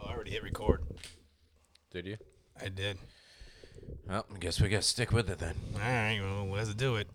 Oh, already hit record. Did you? I did. Well, I guess we gotta stick with it then. All right, well, let's do it.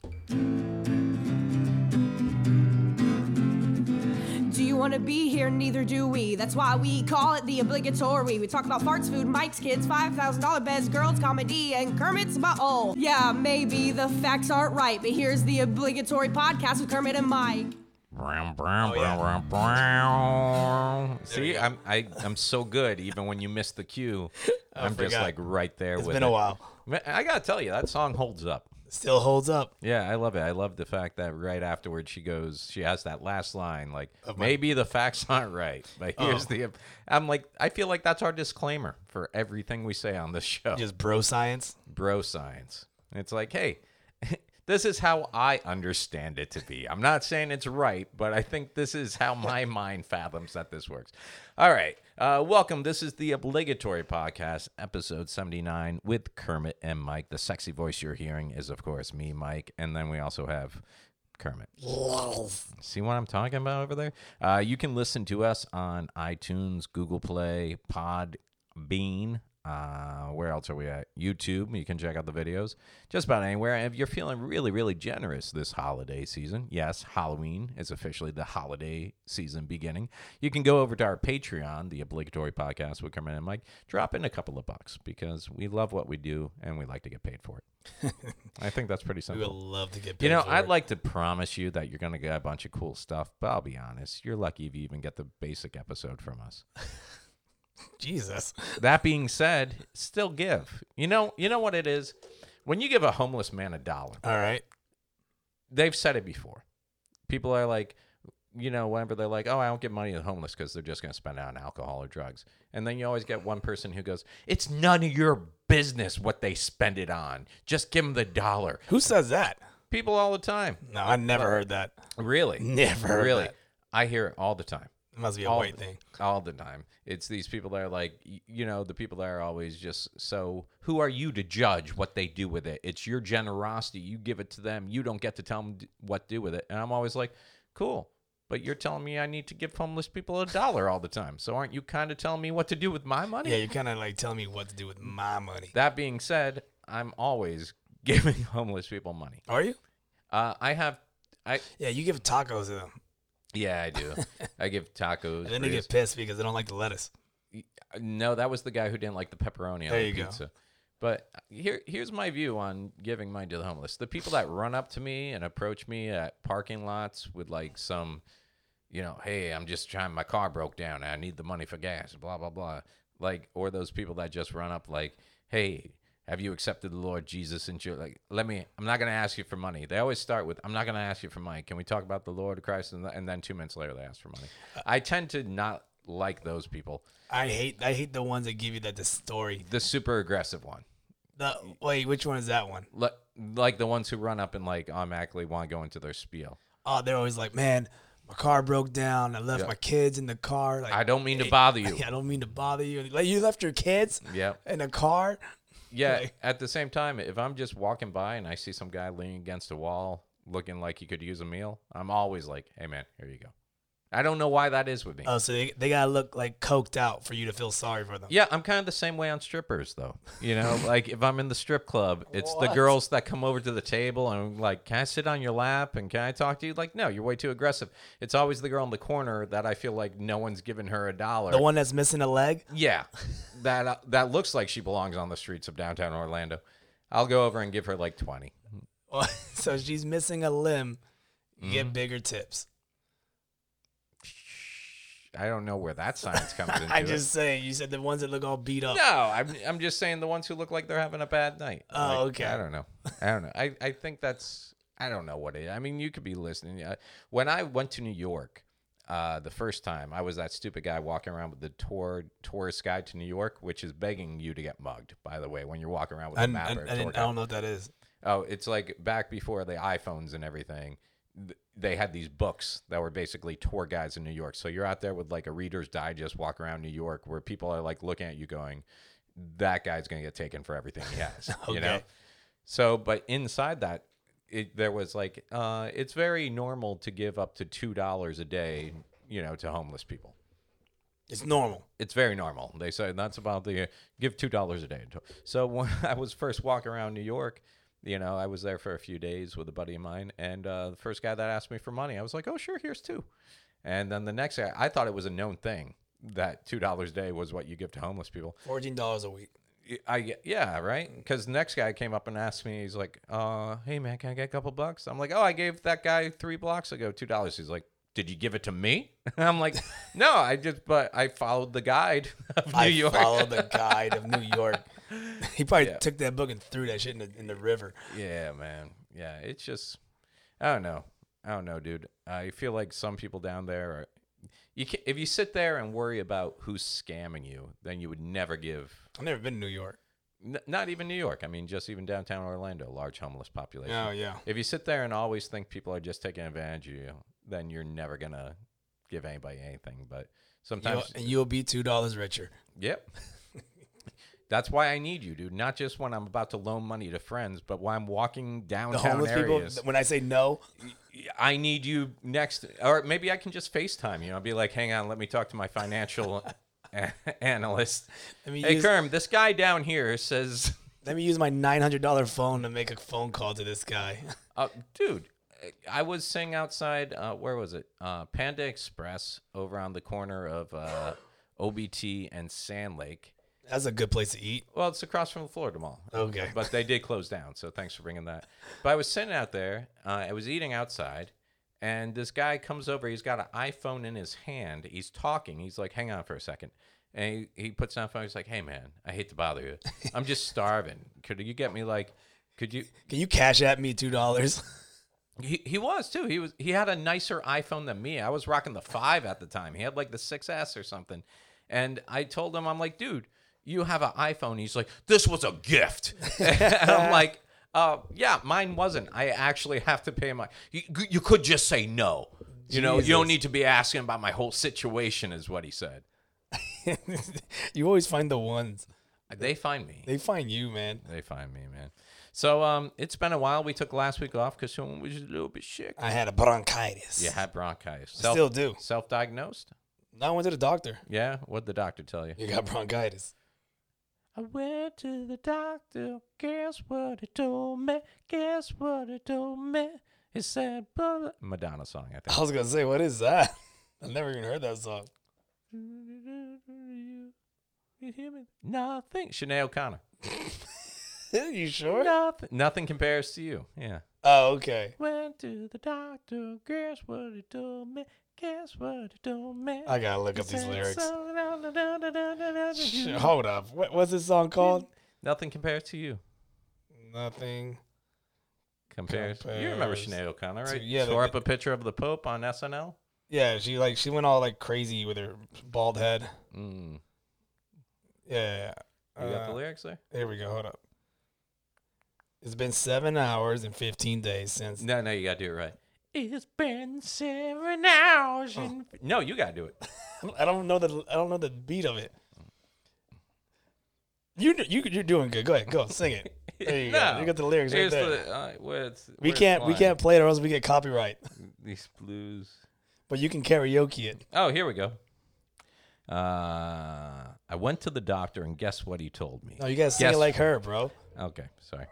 Do you want to be here? Neither do we. That's why we call it the obligatory. We talk about farts, food, mics, kids, $5,000 beds, girls, comedy, and Kermit's butthole. Yeah, maybe the facts aren't right, but here's the obligatory podcast with Kermit and Mike. Brown, brown, Oh, yeah. brown, brown, brown. See, go. I'm I, I'm so good. Even when you miss the cue, I'm just forgot. like right there It's with. been it. a while. Ma- I gotta tell you, that song holds up. Still holds up. Yeah, I love it. I love the fact that right afterwards she goes, she has that last line, like my- maybe the facts aren't right, but here's Oh. the. I'm like, I feel like that's our disclaimer for everything we say on this show. Just bro science. bro science. It's like, hey, this is how I understand it to be. I'm not saying it's right, but I think this is how my mind fathoms that this works. All right. Uh, welcome. This is the obligatory podcast, episode 79, with Kermit and Mike. The sexy voice you're hearing is, of course, me, Mike. And then we also have Kermit. See what I'm talking about over there? Uh, you can listen to us on iTunes, Google Play, Podbean. Uh, where else are we at? YouTube. You can check out the videos just about anywhere. And if you're feeling really, really generous this holiday season, yes, Halloween is officially the holiday season beginning. You can go over to our Patreon, the obligatory podcast with Kermit and Mike. Drop in a couple of bucks because we love what we do and we like to get paid for it. I think that's pretty We simple. would love to get paid You know, for I'd it. like to promise you that you're going to get a bunch of cool stuff, but I'll be honest, you're lucky if you even get the basic episode from us. Jesus. That being said, still give. You know, you know what it is? When you give a homeless man a dollar, All right. they've said it before. People are like, you know, whenever they're like, oh, I don't give money to the homeless because they're just going to spend it on alcohol or drugs. And then you always get one person who goes, it's none of your business what they spend it on. Just give them the dollar. Who says that? People all the time. No, I never heard that. Really? Never heard Really? that. I hear it all the time. It must be a all white the- thing. All the time. It's these people that are like, y- you know, the people that are always just so. Who are you to judge what they do with it? It's your generosity. You give it to them. You don't get to tell them what to do with it. And I'm always like, cool. But you're telling me I need to give homeless people a dollar all the time. So aren't you kind of telling me what to do with my money? Yeah, you're kind of like telling me what to do with my money. That being said, I'm always giving homeless people money. Are you? Uh, I have, I Yeah, you give tacos to them. yeah, I do. I give tacos. And then they burritos. get pissed because they don't like the lettuce. No, that was the guy who didn't like the pepperoni on There the you go. pizza. But here, here's my view on giving money to the homeless. The people that run up to me and approach me at parking lots with like some, you know, hey, I'm just trying. My car broke down. I need the money for gas. Blah blah blah. Like, or those people that just run up like, hey, have you accepted the Lord Jesus into your like? Let me. I'm not gonna ask you for money. They always start with, I'm not gonna ask you for money. Can we talk about the Lord Christ? And, th- and then two minutes later, they ask for money. I tend to not like those people. I hate I hate the ones that give you that the story. The super aggressive one. The wait, which one is that one? Li- Like the ones who run up and like automatically want to go into their spiel. Oh, they're always like, man, my car broke down. I left Yeah. my kids in the car. Like, I don't mean to bother you. I don't mean to bother you. Like, you left your kids Yeah. in a car. Yeah. Like- At the same time, if I'm just walking by and I see some guy leaning against a wall looking like he could use a meal, I'm always like, hey, man, here you go. I don't know why that is with me. Oh, so they, they gotta look like coked out for you to feel sorry for them. Yeah, I'm kind of the same way on strippers, though. You know, like if I'm in the strip club, it's the girls that come over to the table and I'm like, can I sit on your lap and can I talk to you? Like, no, you're way too aggressive. It's always the girl in the corner that I feel like no one's given her a dollar. The one that's missing a leg. yeah, that uh, that looks like she belongs on the streets of downtown Orlando. I'll go over and give her like twenty. Well, so she's missing a limb. You Mm-hmm. get bigger tips. I don't know where that science comes into. I'm it. just saying. You said the ones that look all beat up. No, I'm, I'm just saying the ones who look like they're having a bad night. Oh, Like, okay. I don't know. I don't know. I, I think that's, I don't know what it. I mean, you could be listening. Uh, When I went to New York uh, the first time, I was that stupid guy walking around with the tour tourist guide to New York, which is begging you to get mugged, by the way, when you're walking around with I, a map I- I or a tour didn't- I guide. don't know what that is. Oh, it's like back before the iPhones and everything. th- They had these books that were basically tour guides in New York. So you're out there with like a Reader's Digest walk around New York where people are like looking at you going, that guy's going to get taken for everything he has. You know? Okay. So, but inside that, it, there was like, uh, it's very normal to give up to $2 a day, you know, to homeless people. It's normal. it's very normal. They say that's about the give two dollars a day. So when I was first walking around New York, you know, I was there for a few days with a buddy of mine, and uh, the first guy that asked me for money, I was like, "Oh, sure, here's two. And then the next guy, I thought it was a known thing that two dollars a day was what you give to homeless people. Fourteen dollars a week. I yeah, right? Because the next guy came up and asked me, he's like, "Uh, hey man, can I get a couple bucks?" I'm like, "Oh, I gave that guy three blocks ago two dollars." He's like, "Did you give it to me?" I'm like, "No, I just but I followed the guide of New I York." follow the guide of New York. He probably Yeah. took that book and threw that shit in the, in the river. Yeah, man. Yeah, it's just I don't know. I don't know, dude. I feel like some people down there are you can, if you sit there and worry about who's scamming you, then you would never give I've never been to New York. n- not even New York. I mean, just even downtown Orlando, large homeless population. Oh yeah. If you sit there and always think people are just taking advantage of you, then you're never gonna give anybody anything. But You'll, sometimes, and you'll be two dollars richer. yep. That's why I need you, dude. Not just when I'm about to loan money to friends, but when I'm walking The downtown homeless areas. people. When I say no, I need you next, or maybe I can just FaceTime you. I'll be like, hang on, let me talk to my financial a- analyst. let me Hey, use Kerm, this guy down here says, let me use my nine hundred dollar phone to make a phone call to this guy. uh, dude, I was sitting outside, uh, where was it? Uh, Panda Express over on the corner of uh, OBT and Sand Lake. That's a good place to eat. Well, it's across from the Florida Mall. Okay. But they did close down, so thanks for bringing that. But I was sitting out there. Uh, I was eating outside, and this guy comes over. He's got an iPhone in his hand. He's talking. He's like, "Hang on for a second. And he, he puts down the phone. He's like, "Hey man, I hate to bother you. I'm just starving. Could you get me like?" Could you? Can you cash at me two dollars? He, he was too. He was he had a nicer iPhone than me. I was rocking the five at the time. He had like the 6S or something. And I told him, I'm like, dude, you have an iPhone. He's like, this was a gift. and I'm like, uh, yeah, mine wasn't. I actually have to pay my. You, you could just say no. You know, you don't need to be asking about my whole situation, is what he said. you always find the ones. They find me. They find you, man. They find me, man. So um, it's been a while. We took last week off because someone was a little bit sick. I had a bronchitis. You had bronchitis. I still do. Self-diagnosed? No, I went to the doctor. Yeah. What'd the doctor tell you? You got bronchitis. I went to the doctor. Guess what he told me? Guess what he told me? He said, blah, blah. Madonna song, I think. I was gonna say, what is that? I've never even heard that song. You hear me? Nothing. Sinead O'Connor. you sure? Nothing. Nothing compares to you. Yeah. Oh, okay. Went to the doctor. Guess what he told me? Guess what he told me? I gotta look up these lyrics. Sh- lyrics. Hold up. What, what's this song called? Nothing compares to you. Nothing. Compares. You remember Compares Sinead O'Connor, to- right? yeah, Tore they- up a picture of the Pope on SNL. Yeah, she like she went all like crazy with her bald head. Mm. Yeah. You got the Uh, lyrics there? Here we go. Hold up. It's been seven hours and fifteen days since. No, no, you got to do it right. It's been seven hours. And... No, you got to do it. I don't know the I don't know the beat of it. You you you're doing good. Go ahead, go sing it. There you go. No. You got the lyrics right Here's there. the, uh, where it's, we where it's can't we lying. can't play it or else we get copyright. These blues. But you can karaoke it. Oh, here we go. Uh, I went to the doctor, and guess what he told me? No, you gotta sing Guess it like her, bro. Okay, sorry.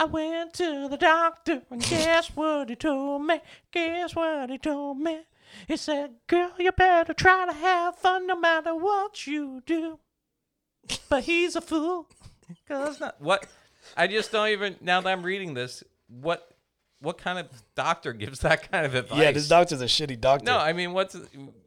I went to the doctor and guess what he told me? Guess what he told me? He said, Girl, you better try to have fun no matter what you do. But he's a fool. Cause not what I just don't even now that I'm reading this, what what kind of doctor gives that kind of advice? Yeah, this doctor's a shitty doctor. no, I mean what's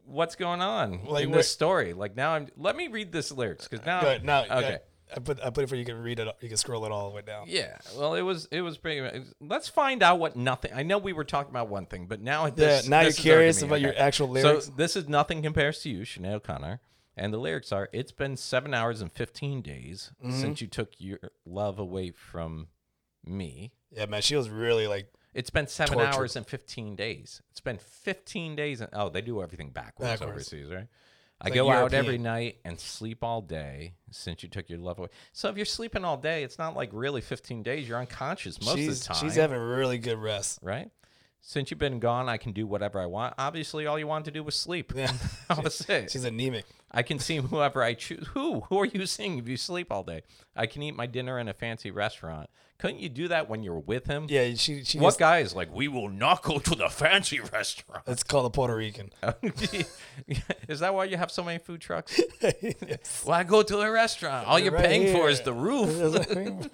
what's going on Like, in where- this story? Like now I'm let me read this lyrics because now Good. No. okay. Okay. I put I put it for you can read it. You can scroll it all the way down. Yeah, well, it was it was pretty. it was- Let's find out what nothing. I know we were talking about one thing, but now this, Yeah, now you're this is starting to curious me, about your actual lyrics? So this is nothing compares to you, Sinead O'Connor, and the lyrics are: "It's been seven hours and fifteen days Mm-hmm. since you took your love away from me. Yeah, man, she was really like It's been seven Torture. hours and fifteen days. It's been fifteen days, and oh, they do everything backwards, Backwards. overseas, right?" I like go out every European. night and sleep all day since you took your love away. So if you're sleeping all day, it's not like really 15 days. You're unconscious most she's of the time she's having really good rest. right? since you've been gone, I can do whatever I want. Obviously, all you wanted to do was sleep. Yeah. that was it. She's anemic. I can see whoever I choose. Who? Who are you seeing if you sleep all day? I can eat my dinner in a fancy restaurant. Couldn't you do that when you're with him? Yeah, she she. What just- guy is like, we will not go to the fancy restaurant? Let's call the Puerto Rican. Oh. is that why you have so many food trucks? Why go to a restaurant? All you're Right paying for is here. the roof.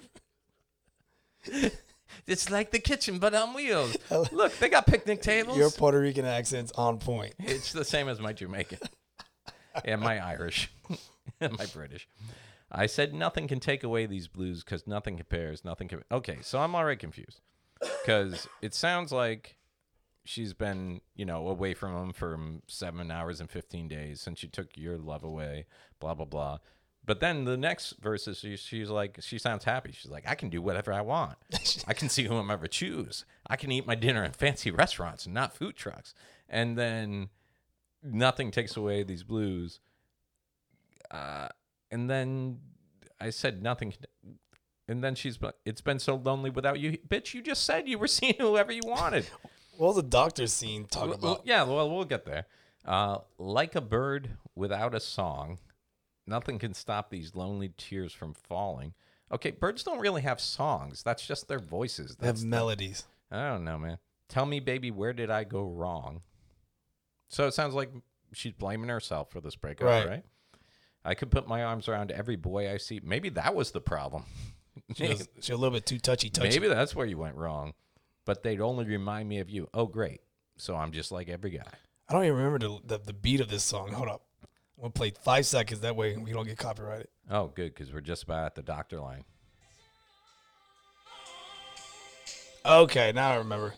It's like the kitchen, but on wheels. Look, they got picnic tables. Your Puerto Rican accent's on point. It's the same as my Jamaican and my Irish and my British. I said nothing can take away these blues because nothing compares. Nothing can. Okay, so I'm already confused because it sounds like she's been, you know, away from him for mm, seven hours and 15 days since you took your love away, blah, blah, blah. But then the next verses, she, she's like, she sounds happy. She's like, I can do whatever I want. I can see who I'm ever choose. I can eat my dinner in fancy restaurants and not food trucks. And then nothing takes away these blues. Uh, and then I said nothing. can- And then she's, bu- it's been so lonely without you. Bitch, you just said you were seeing whoever you wanted. What was the doctor scene talk Well, well, about? yeah, well, we'll get there. Uh, like a bird without a song, nothing can stop these lonely tears from falling. Okay, birds don't really have songs. That's just their voices. They have That's, melodies. I don't know, man. Tell me, baby, where did I go wrong? So it sounds like she's blaming herself for this breakup, right? Right. I could put my arms around every boy I see. Maybe that was the problem. She was, she was a little bit too touchy touchy. Maybe that's where you went wrong. But they'd only remind me of you. Oh, great. So I'm just like every guy. I don't even remember the, the, the beat of this song. Hold up. We'll play five seconds. That way we don't get copyrighted. Oh, good, because we're just about at the doctor line. Okay, now I remember.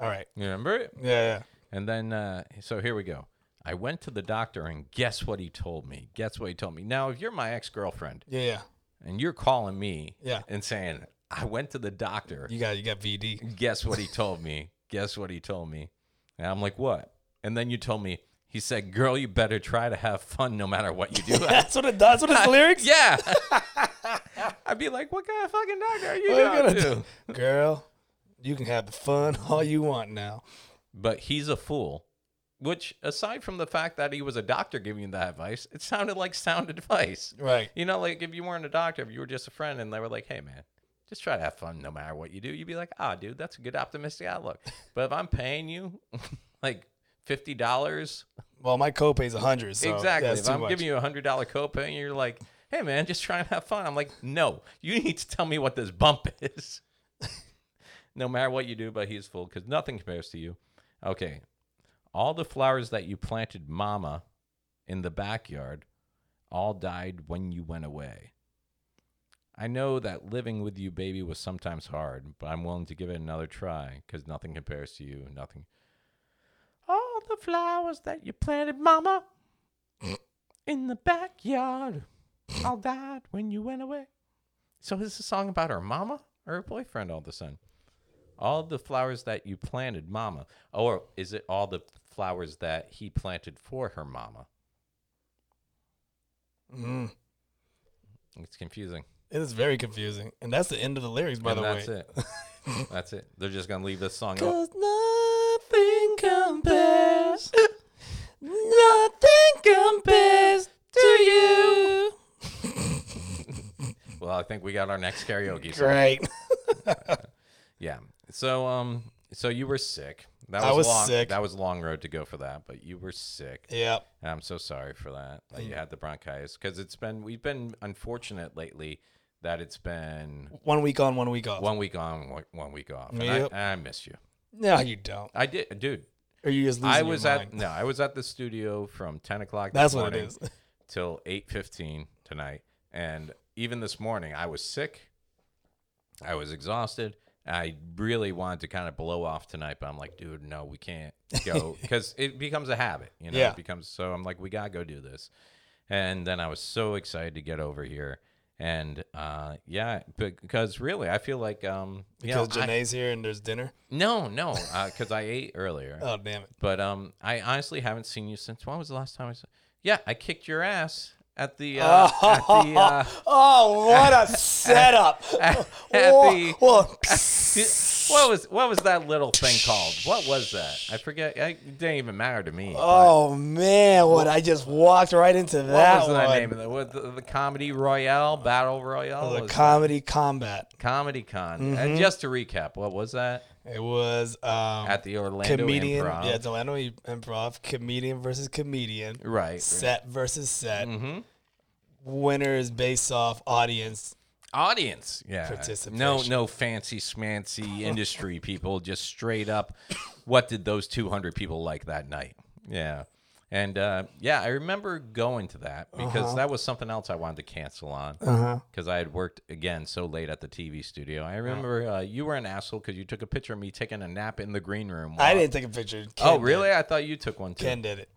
All right. You remember it? Yeah, And then, uh, so here we go. I went to the doctor, and guess what he told me? Guess what he told me? Now, if you're my ex girlfriend yeah, yeah, yeah. and you're calling me Yeah. and saying, I went to the doctor, You got you got VD. guess what he told me? Guess what he told me? And I'm like, what? And then you told me, he said, girl, you better try to have fun no matter what you do. That's what it does. What its lyrics? yeah. I'd be like, what kind of fucking doctor are you What are going you to? gonna do? Girl, you can have the fun all you want now. but he's a fool. Which, aside from the fact that he was a doctor giving you that advice, it sounded like sound advice. Right. You know, like if you weren't a doctor, if you were just a friend and they were like, hey, man, just try to have fun no matter what you do, you'd be like, ah, dude, that's a good optimistic outlook. But if I'm paying you like $50, Well, my copay is 100 so exactly, that's if too I'm much. giving you a $100 copay and you're like, hey, man, just try and have fun, I'm like, no, you need to tell me what this bump is. no matter what you do, but he's full because nothing compares to you. Okay. All the flowers that you planted, Mama, in the backyard, all died when you went away. I know that living with you, baby, was sometimes hard, but I'm willing to give it another try because nothing compares to you. Nothing. All the flowers that you planted, Mama, in the backyard, all died when you went away. So is this a song about her mama or her boyfriend all of a sudden? All the flowers that you planted, mama. Or is it all the flowers that he planted for her mama? Mm. It's confusing. It is very confusing. And that's the end of the lyrics, by and the that's way. it. that's it. They're just gonna leave this song. up. Cause nothing compares. nothing compares to you. Well, I think we got our next karaoke. song. Great. Yeah. So um, so you were sick. That was, I was long, sick. That was a long road to go for that, but you were sick. yep. And I'm so sorry for that. That Mm. you had the bronchitis because it's been we've been unfortunate lately that it's been One week on, one week off. one week on, one- one week off. And Yep. I, I miss you. No, you don't. I did, dude. Or you just losing I your was at mind. no, I was at the studio from 10 o'clock. That's this what it morning is. Till 8:15 tonight, and even this morning I was sick. I was exhausted. I really wanted to kind of blow off tonight, but I'm like, dude, no, we can't go because it becomes a habit. You know, Yeah. it becomes so. I'm like, we gotta go do this. And then I was so excited to get over here. And uh, yeah, because really, I feel like um, you know, Because I- Janae's here and there's dinner. no, no, because I ate earlier. Oh damn it! But um, I honestly haven't seen you since. When was the last time I saw? Yeah, I kicked your ass at the uh, at the uh, Oh, what a setup! at the- Whoa, whoa. What was what was that little thing called? What was that? I forget. I, it didn't even matter to me. but Oh man, what I just walked right into that what was one. that name of the, what, the, the comedy royale, battle royale, The Mm-hmm. was comedy combat. comedy con. And just to recap, what was that It was um, at the Orlando comedian. Improv? Yeah, it's Orlando Improv. Comedian versus comedian. right. right. Set versus set. Mm-hmm. Winner is based off audience. audience yeah no Participation. no fancy smancy industry people just straight up what did those 200 people like that night yeah and uh, yeah i remember going to that because Uh-huh. that was something else i wanted to cancel on because i had worked again so late at the tv studio Uh-huh. i remember uh, you were an asshole because you took a picture of me taking a nap in the green room I while- didn't take a picture. Ken oh did. really i thought you took one too Ken did it.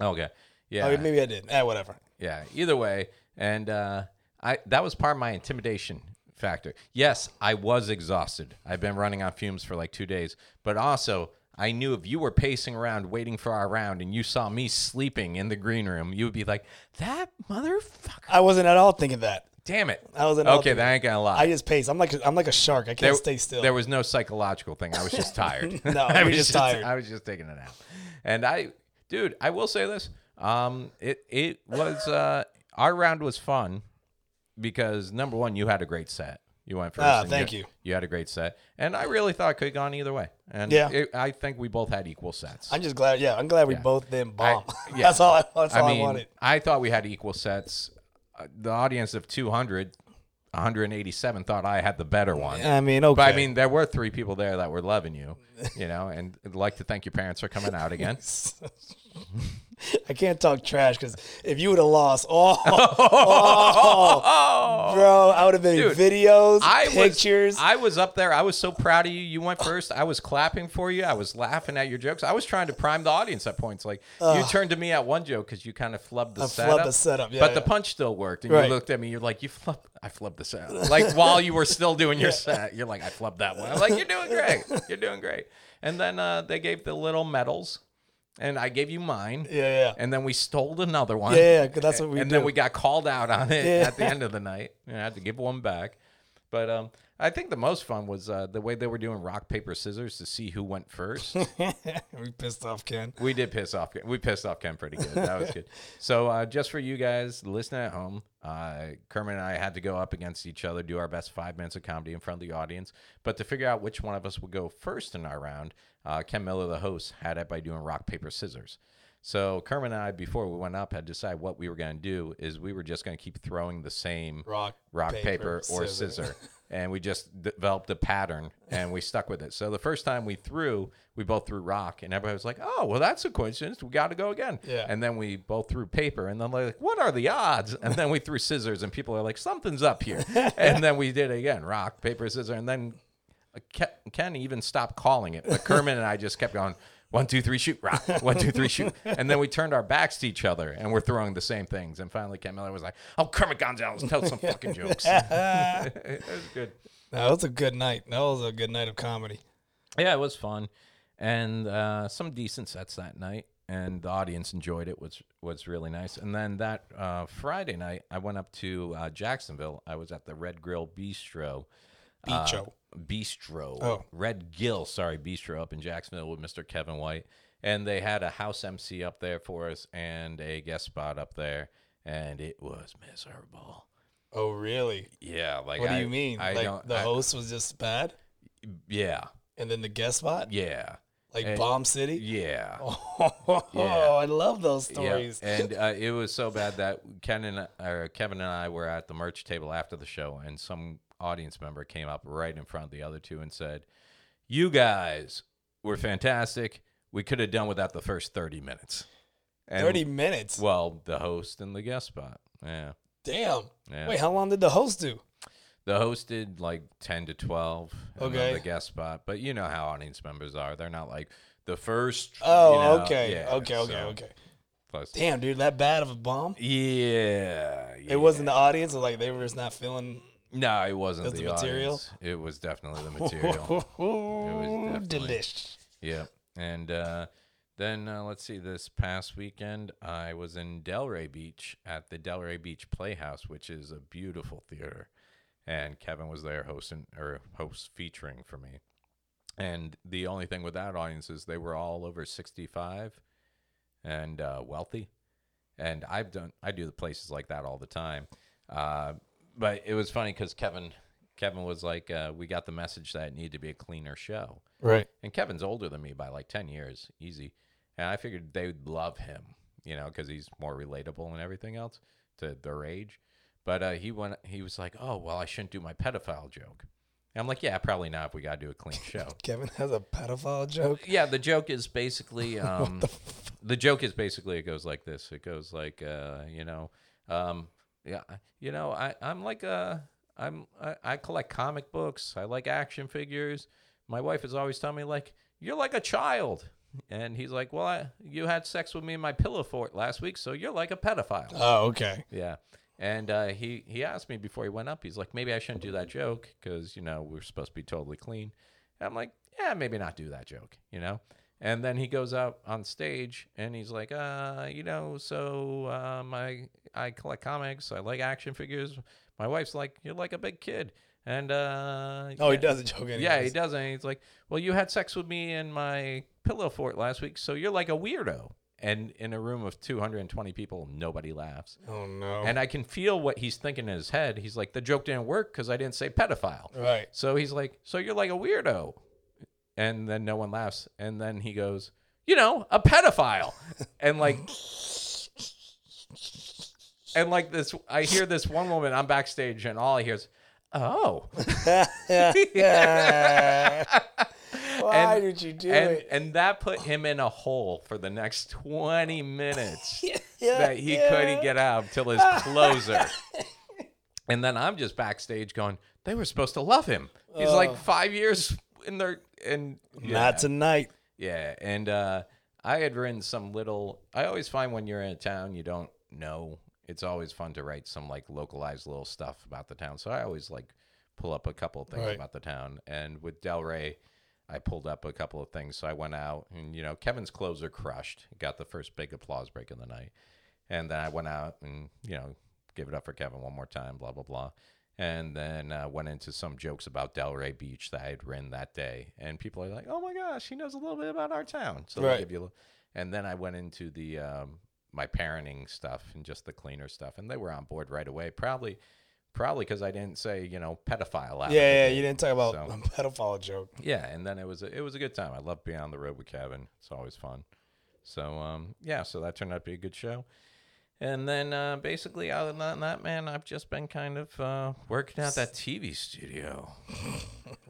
okay yeah Oh, maybe I did. Eh, whatever. yeah either way and uh i that was part of my intimidation factor yes i was exhausted i've been running on fumes for like two days but also i knew if you were pacing around waiting for our round and you saw me sleeping in the green room you would be like that motherfucker I wasn't at all thinking that. damn it I wasn't okay helping. that ain't gonna lie I just pace. I'm like a, I'm like a shark. I can't Uh. there, stay still. there was no psychological thing. I was just tired. No, I you were was just tired. I was just taking it out. And I, dude, I will say this. Um, it it was uh, our round was fun because number one, you had a great set. You went first. Ah, and thank you. You had a great set, and I really thought it could have gone either way. And Yeah. it, I think we both had equal sets. I'm just glad. Yeah, I'm glad we Yeah. both didn't I- bomb. yeah. that's all. I, that's I all mean, I wanted. I thought we had equal sets. Uh, The audience of 200, 187 thought I had the better one. I mean, okay. But I mean, there were three people there that were loving you, you know, and I'd like to thank your parents for coming out again. I can't talk trash because if you would have lost, oh, oh, bro, I would have been Dude, videos, I pictures. was I was up there. I was so proud of you. You went first. I was clapping for you. I was laughing at your jokes. I was trying to prime the audience at points. Like you turned to me at one joke because you kind of flubbed the I flubbed setup. the setup, yeah, but the yeah. punch still worked. And you Right. looked at me. You're like, you flub. I flubbed the setup. Like while you were still doing your set, you're like, I flubbed that one. I'm like, you're doing great. You're doing great. And then uh, they gave the little medals, and I gave you mine. yeah, yeah, and then we stole another one. yeah, yeah. 'cause that's what we and do. then we got called out on it Yeah. at the end of the night, and I had to give one back. But um, I think the most fun was uh, the way they were doing rock paper scissors to see who went first. we pissed off Ken. we did piss off. Ken- We pissed off Ken pretty good. That was good. So uh, just for you guys listening at home, uh, Kermit and I had to go up against each other, do our best five minutes of comedy in front of the audience. But to figure out which one of us would go first in our round, uh, Ken Miller, the host, had it by doing rock paper scissors. So Kermit and I, before we went up, had decided what we were going to do is we were just going to keep throwing the same Rock, rock paper, paper, or scissors. scissor. and we just developed a pattern and we stuck with it. So the first time we threw, we both threw rock, and everybody was like, "Oh, well, that's a coincidence. We got to go again." Yeah. And then we both threw paper, and then they're like, "What are the odds?" And then we threw scissors, and people are like, "Something's up here." and then we did it again: rock, paper, scissor, and then uh, Ke- Ken even stopped calling it, but Kerman and I just kept going. One, two, three, shoot, rock. One, two, three, shoot. And then we turned our backs to each other and we're throwing the same things. And finally, Ken Miller was like, Oh, Kermit Gonzalez, tell some fucking jokes. it was good. That was a good night. That was a good night of comedy. Yeah, it was fun. And uh, some decent sets that night. And the audience enjoyed it, which was really nice. And then that uh, Friday night, I went up to uh, Jacksonville. I was at the Red Grill Bistro. Uh, Bicho. Bistro. Oh. Red Gill, sorry, Bistro up in Jacksonville with Mr. Kevin White. And they had a house MC up there for us and a guest spot up there. And it was miserable. oh, really? Yeah, like What I- do you mean? I like don't, the I- host was just bad, Yeah, and then the guest spot, yeah, like and- Bomb City. yeah. Oh, I love those stories. Yeah. And uh, it was so bad that Ken and or Kevin and I were at the merch table after the show, and some audience member came up right in front of the other two and said, "You guys were fantastic. We could have done without the first thirty minutes." And, Thirty minutes. Well, the host and the guest spot. Yeah. Damn. Yeah. Wait, how long did the host do? The host did like 10 to 12. and then Okay. The guest spot. But you know how audience members are. They're not like the first. Oh, you know, okay, yeah, okay, okay, so- okay. Plus, Damn, dude, that bad of a bomb. Yeah, yeah. It wasn't the audience, it was like they were just not feeling. No, it wasn't That's the, the material? material. It was definitely the material. definitely- delish. yeah. And uh, then uh, let's see. This past weekend, I was in Delray Beach at the Delray Beach Playhouse, which is a beautiful theater. And Kevin was there hosting or host featuring for me. And the only thing with that audience is they were all over 65 and uh, wealthy. And I've done, I do the places like that all the time. Uh, but it was funny because Kevin, Kevin was like, uh, we got the message that it needed to be a cleaner show. Right. And Kevin's older than me by like 10 years, easy. And I figured they'd love him, you know, because he's more relatable and everything else to their age. But uh, he went, he was like, oh, well, I shouldn't do my pedophile joke. And I'm like, yeah, probably not if we got to do a clean show. Kevin has a pedophile joke. yeah, the joke is basically, um, the, joke is basically, it goes like this. It goes like, uh, you know, um, yeah, I- you know, I, I'm like a, I'm, I, I collect comic books. I like action figures. My wife is always telling me like, you're like a child. And he's like, well, I, you had sex with me in my pillow fort last week, so you're like a pedophile. Oh, okay. Yeah. And uh, he, he asked me before he went up, he's like, maybe I shouldn't do that joke because, you know, we're supposed to be totally clean. And I'm like, yeah, maybe not do that joke, you know? And then he goes out on stage and he's like, uh, you know, so um, I, I collect comics. I like action figures. My wife's like, you're like a big kid. And uh, Oh, he yeah. does a joke anyways. Yeah, he doesn't. And He's like, "Well, you had sex with me in my pillow fort last week, so you're like a weirdo." And in a room of 220 people, nobody laughs. Oh no. And I can feel what he's thinking in his head. He's like, "The joke didn't work because I didn't say pedophile." right. So he's like, "So you're like a weirdo," and then no one laughs. And then he goes, "You know, a pedophile," and like. And like this, I hear this one woman. I'm backstage, and all I hear is, "Oh, Why And- did you do and, it? and that put him in a hole for the next 20 minutes Yeah, that he yeah. couldn't get out till his closer. and then I'm just backstage going, they were supposed to love him. He's like five years in their and yeah, Oh. Not tonight. yeah. And uh, I had written some little. I always find when you're in a town you don't know, it's always fun to write some like localized little stuff about the town. So I always like pull up a couple of things Right. about the town. And with Del Rey, I pulled up a couple of things. So I went out and you know Kevin's clothes are crushed. Got the first big applause break of the night. And then I went out and, you know, give it up for Kevin one more time, blah, blah, blah. And then uh, went into some jokes about Delray Beach that I had written that day. And people are like, oh my gosh, she knows a little bit about our town. So Right. they give you a little. And then I went into the, um, my parenting stuff and just the cleaner stuff. And they were on board right away. Probably, probably because I didn't say, you know, pedophile. out of the Yeah, yeah. gate. You didn't talk about So- a pedophile joke. Yeah, and then it was a, it was a good time. I love being on the road with Kevin. It's always fun. So um, yeah, so that turned out to be a good show. And then uh, basically, other than that, man, I've just been kind of uh, working out that TV studio,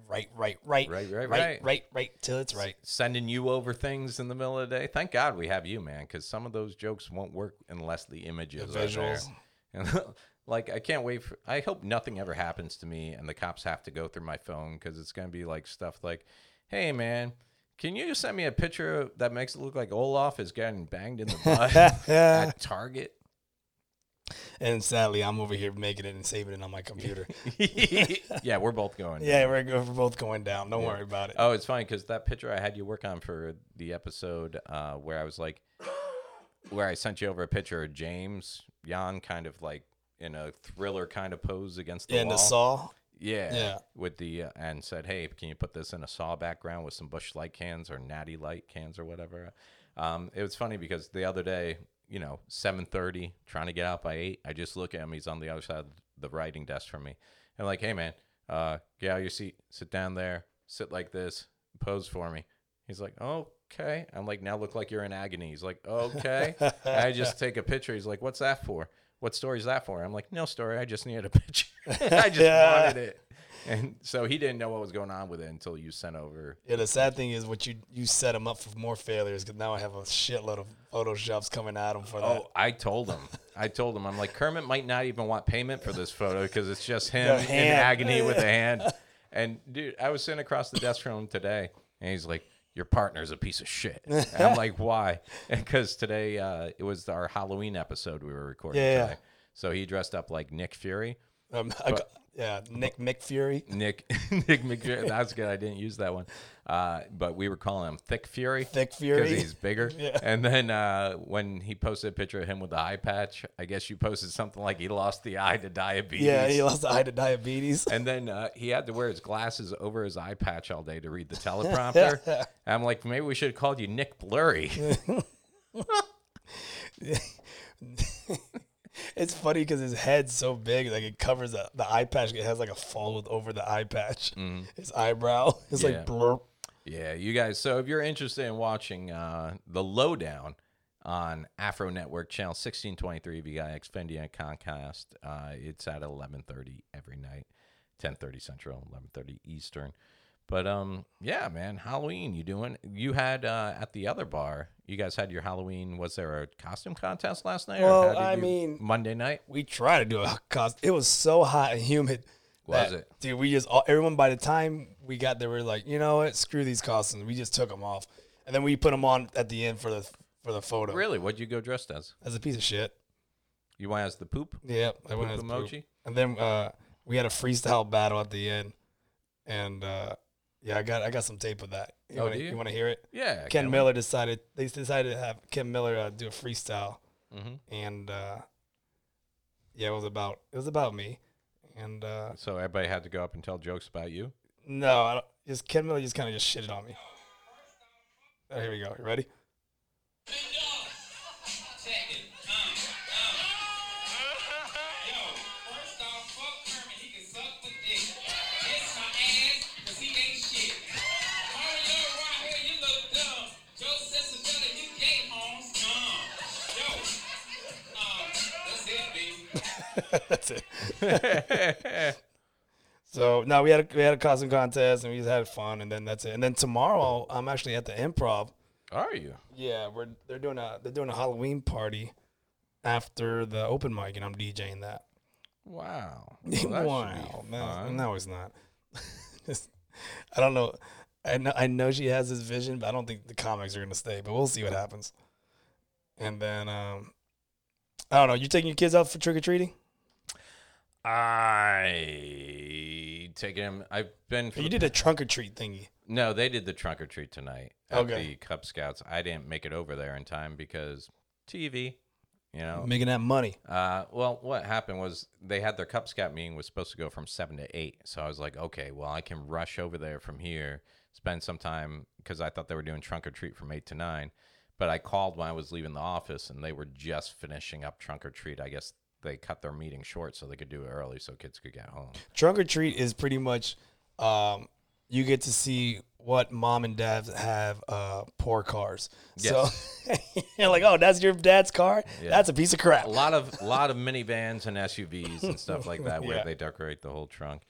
Right, right, right, Right, right, right, right. right, right. Till it's right. sending you over things in the middle of the day. Thank God we have you, man, because some of those jokes won't work unless the images The are there. visuals. And, like I can't wait for. I hope nothing ever happens to me, and the cops have to go through my phone because it's gonna be like stuff like, "Hey, man." Can you send me a picture that makes it look like Olaf is getting banged in the butt at Target? And sadly, I'm over here making it and saving it on my computer. yeah, we're both going. yeah, we're, go- we're both going down. Don't worry about it. Oh, it's funny because that picture I had you work on for the episode uh, where I was like, where I sent you over a picture of James Jan kind of like in a thriller kind of pose against the and wall. the saw. Yeah. Yeah. With the uh, and said, "Hey, can you put this in a saw background with some bush light cans or natty light cans or whatever?" Um, it was funny because the other day, you know, seven thirty, trying to get out by eight, I just look at him. He's on the other side of the writing desk from me. I'm like, "Hey, man, uh, get out of your seat, sit down there, sit like this, pose for me." He's like, "Okay." I'm like, "Now look like you're in agony." He's like, "Okay." And I just take a picture. He's like, "What's that for?" What story is that for? I'm like, no story. I just needed a picture. I just Yeah. wanted it. And so he didn't know what was going on with it until you sent over. Yeah, the sad thing is what you you set him up for more failures because now I have a shitload of photoshops coming at him for that. Oh, I told him. I told him. I'm like, Kermit might not even want payment for this photo because it's just him The in hand. agony with a hand. And dude, I was sitting across the desk from him today, and he's like, "Your partner's a piece of shit." And I'm like, "Why?" Because today uh, it was our Halloween episode we were recording Yeah. today. So he dressed up like Nick Fury. Um, I got- yeah, Nick Nick Fury. Oh, Nick Nick McFury. That's good. I didn't use that one. Uh, but we were calling him Thick Fury. Thick Because Fury. he's bigger. Yeah. And then uh, when he posted a picture of him with the eye patch, I guess you posted something like he lost the eye to diabetes. Yeah, he lost the eye to diabetes. And then uh, he had to wear his glasses over his eye patch all day to read the teleprompter. And I'm like, maybe we should have called you Nick Blurry. It's funny because his head's so big, like it covers the, the eye patch. It has like a fold over the eye patch. His eyebrow is Mm. Yeah. like blurp. Yeah, you guys. So if you're interested in watching uh, the lowdown on Afro Network Channel 1623 VIX Fendia Concast, uh, it's at 11:30 every night, 10:30 Central, 11:30 Eastern. But um, yeah, man, Halloween. You doing? You had uh, at the other bar. You guys had your Halloween. Was there a costume contest last night? Well, did I you- mean- Monday night. We tried to do a cost. It was so hot and humid. Was that- it? Dude, we just all, everyone by the time we got there, we were like, you know what? Screw these costumes. We just took them off, and then we put them on at the end for the for the photo. Really? What'd you go dressed as? As a piece of shit. You went as the poop? Yeah, I went Poop as poop. emoji? And then uh, we had a freestyle battle at the end, and uh, yeah, I got I got some tape of that. You Oh, wanna, do you? want to hear it? Yeah. I Ken can't Miller decided they decided to have Ken Miller uh, do a freestyle, wait. Mhm. and uh, yeah, it was about it was about me, and uh, So everybody had to go up and tell jokes about you. no, I don't, just Ken Miller just kind of just shitted on me. Oh, here we go. You ready? That's it. so no, we had a, we had a costume contest and we just had fun, and then that's it. And then tomorrow I'm actually at the improv. Are you? Yeah, we're they're doing a they're doing a Halloween party after the open mic, and I'm DJing that. Wow. Well, that should be no, fun. no, it's not. Just- I don't know. I know I know she has this vision, but I don't think the comics are gonna stay. But we'll see what happens. And then um, I don't know. You taking your kids out for trick or treating? I taking him. I've been. for You the- did a trunk or treat thingy. no, they did the trunk or treat tonight at Okay. the Cub Scouts. I didn't make it over there in time because TV. You know. Making that money. Uh, well, what happened was they had their Cub Scout meeting was supposed to go from seven to eight. So I was like, okay, well, I can rush over there from here, spend some time because I thought they were doing trunk or treat from eight to nine. But I called when I was leaving the office, and they were just finishing up trunk or treat. I guess they cut their meeting short so they could do it early, so kids could get home. Trunk or treat is pretty much um, you get to see what mom and dad have uh, poor cars. So you're like, oh, that's your dad's car? That's a piece of crap. a lot of lot of minivans and SUVs and stuff like that where Yeah. they decorate the whole trunk.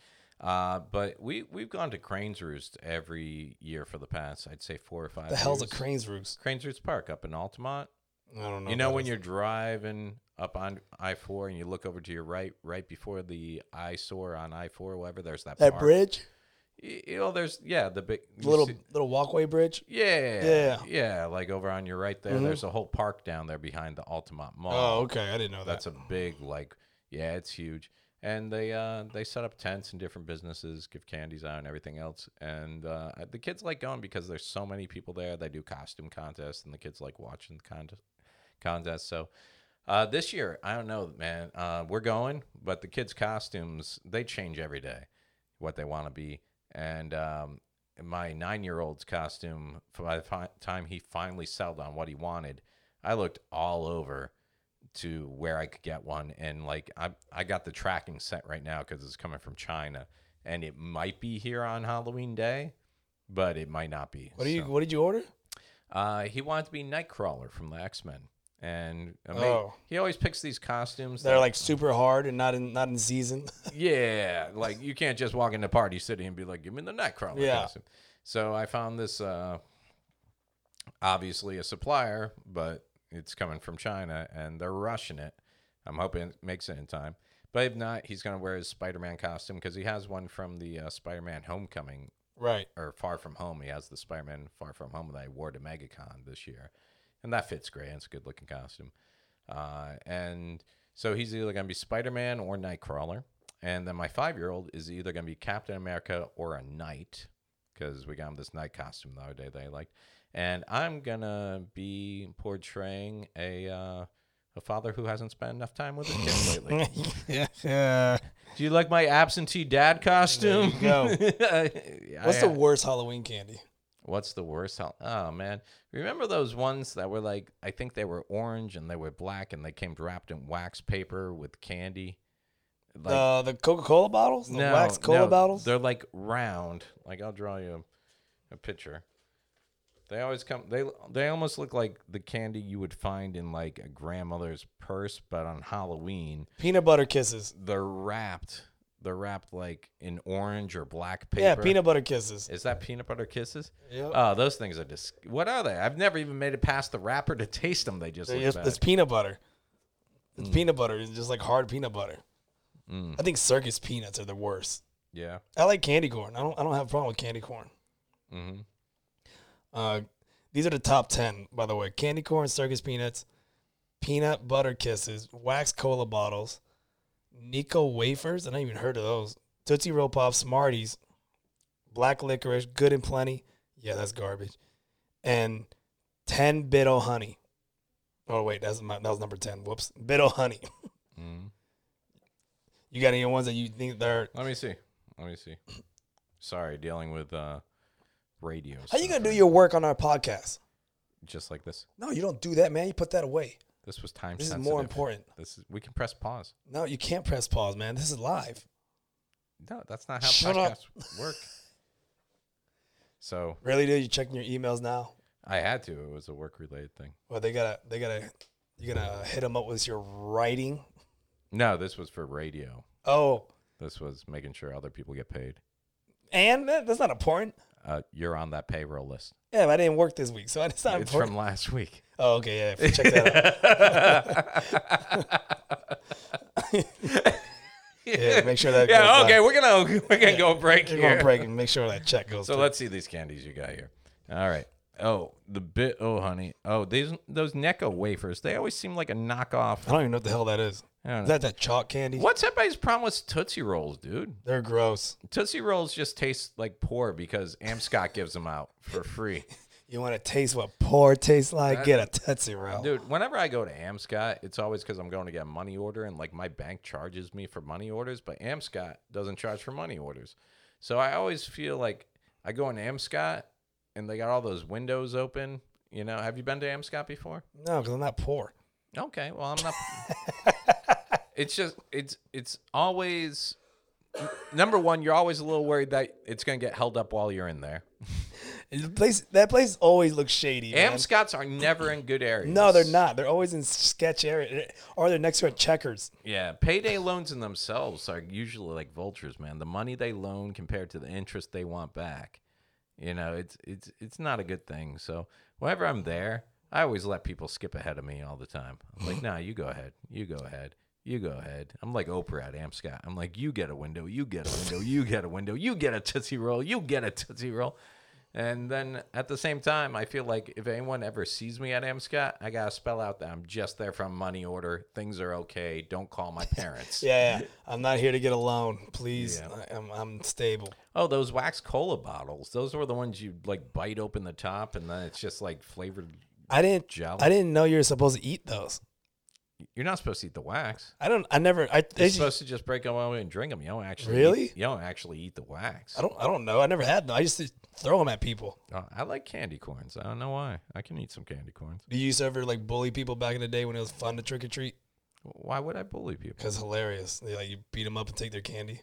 Uh, but we we've gone to Cranes Roost every year for the past I'd say four or five. The hell's a years. crane's roost? Cranes Roots Park up in Altamont. I don't know. you know what Oh, when that you're driving up on I four and you look over to your right, right before the eyesore on I four, whatever. There's that, is. that park. bridge, Y- You know, there's yeah, the big you little see- little walkway bridge. yeah, Yeah. Mm-hmm. yeah. Like over on your right there, there's a whole park down there behind the Altamont Mall. Oh, okay. I didn't know that. That's a big like yeah, it's huge. And they uh, they set up tents and different businesses, give candies out and everything else. And uh, the kids like going because there's so many people there. They do costume contests, and the kids like watching the contest. contest. So uh, this year, I don't know, man. Uh, we're going, but the kids' costumes they change every day, what they want to be. And um, my nine-year-old's costume, by the fi- time he finally settled on what he wanted, I looked all over to where I could get one, and like I I got the tracking set right now because it's coming from China, and it might be here on Halloween day, but it might not be. What do you So, What did you order? Uh, he wanted to be Nightcrawler from the X Men, and I mean, Oh. he always picks these costumes. They're that- like super hard and not in not in season. yeah, like you can't just walk into Party City and be like, "Give me the Nightcrawler Yeah. costume." So I found this uh, obviously a supplier, but it's coming from China and they're rushing it. I'm hoping it makes it in time, but if not, he's gonna wear his Spider-Man costume because he has one from the uh, Spider-Man Homecoming right. or Far From Home. He has the Spider-Man Far From Home that I wore to MegaCon this year, and that fits great. It's a good-looking costume, uh, and so he's either going to be Spider-Man or Nightcrawler, And then my five year old is either going to be Captain America or a knight because we got him this knight costume the other day that I liked. And I'm going to be portraying a. Uh, a father who hasn't spent enough time with his kids lately. yeah. yeah. Do you like my absentee dad costume? There you What's the I- worst Halloween candy? What's the worst? Hell- Oh man, remember those ones that were like I think they were orange and they were black and they came wrapped in wax paper with candy. Like uh, the Coca Cola bottles? The wax cola no, bottles? They're like round. Like I'll draw you a, a picture. They always come. They they almost look like the candy you would find in like a grandmother's purse, but on Halloween Peanut butter kisses. they're wrapped. They're wrapped like in orange or black paper. Yeah, peanut butter kisses. Is that peanut butter kisses? Yep. Oh, those things are just. What are they? I've never even made it past the wrapper to taste them. They just It's, look it's, bad. Mm. peanut butter. It's peanut butter. It's just like hard peanut butter. I think circus peanuts are the worst. yeah. I like candy corn. I don't. I don't have a problem with candy corn. hmm Uh, these are the top ten, by the way: candy corn, circus peanuts, peanut butter kisses, wax cola bottles, Nico wafers. I never even heard of those. Tootsie Roll Pop, Smarties, black licorice, good and plenty. Yeah, that's garbage. And ten bit o honey. Oh wait, that's my, that was number ten. Whoops, bit o honey. Mm. You got any ones that you think they're? Let me see. Let me see. Sorry, dealing with uh, radio. How you stuff gonna do right- your work on our podcast? just like this? No, you don't do that, man. You put that away. This was time. This is sensitive. more important. This is. We can press pause. No, you can't press pause, man. This is live. No, that's not how Shut up. podcasts work. So Really, dude? You checking your emails now? I had to. It was a work related thing. Well, they gotta, they gotta, you gonna hit them up with your writing. No, this was for radio. Oh, This was making sure other people get paid. and that, that's not important. Uh, you're on that payroll list. Yeah, but I didn't work this week, so it's not it's important. from last week. oh, okay, yeah, check that out. Yeah, make sure that. Yeah, goes okay, live. we're gonna we're gonna go break You're here. uh, gonna break and make sure that check goes. So through. let's see these candies you got here. All right. Oh, the bit. Oh, honey. Oh, these those Necco wafers. They always seem like a knockoff. I don't even know what the hell that is. I don't Is know. that that chalk candy? What's everybody's problem with Tootsie Rolls, dude? They're gross. Tootsie Rolls just taste like poor because Amscot gives them out for free. You want to taste what poor tastes like? Get a Tootsie Roll. Dude, whenever I go to Amscot, it's always because I'm going to get a money order, and like my bank charges me for money orders, but Amscot doesn't charge for money orders. So I always feel like I go in Amscot, and they got all those windows open. You know, have you been to Amscot before? No, because I'm not poor. Okay, well I'm not. it's just it's it's always number one. You're always a little worried that it's gonna get held up while you're in there. The place that place always looks shady. man. Amscots are never in good areas. No, they're not. They're always in sketch area, or they're next to a checkers. Yeah, payday loans in themselves are usually like vultures, man. The money they loan compared to the interest they want back. You know, it's it's it's not a good thing. So whenever I'm there, I always let people skip ahead of me all the time. I'm like, nah, you go ahead, you go ahead, you go ahead. I'm like Oprah at Amscot. I'm like, you get a window, you get a window, you get a window, you get a tootsie roll, you get a tootsie roll. And then at the same time, I feel like if anyone ever sees me at Amscot, I gotta spell out that I'm just there from money order. Things are okay. Don't call my parents. Yeah, yeah. I'm not here to get a loan, please. Yeah. I, I'm I'm stable. Oh, those wax cola bottles. Those were the ones you like bite open the top, and then it's just like flavored. I didn't Jelly. I didn't know you were supposed to eat those. You're not supposed to eat the wax. I don't. I never. I You're they just- supposed to just break them away and drink them. You don't actually Really? Eat, you don't actually eat the wax. I don't. I don't know. I never had them. I used to throw them at people. Uh, I like candy corns. I don't know why. I can eat some candy corns. Do you used to ever like bully people back in the day when it was fun to trick or treat? Why would I bully people? Because hilarious. They, like you beat them up and take their candy.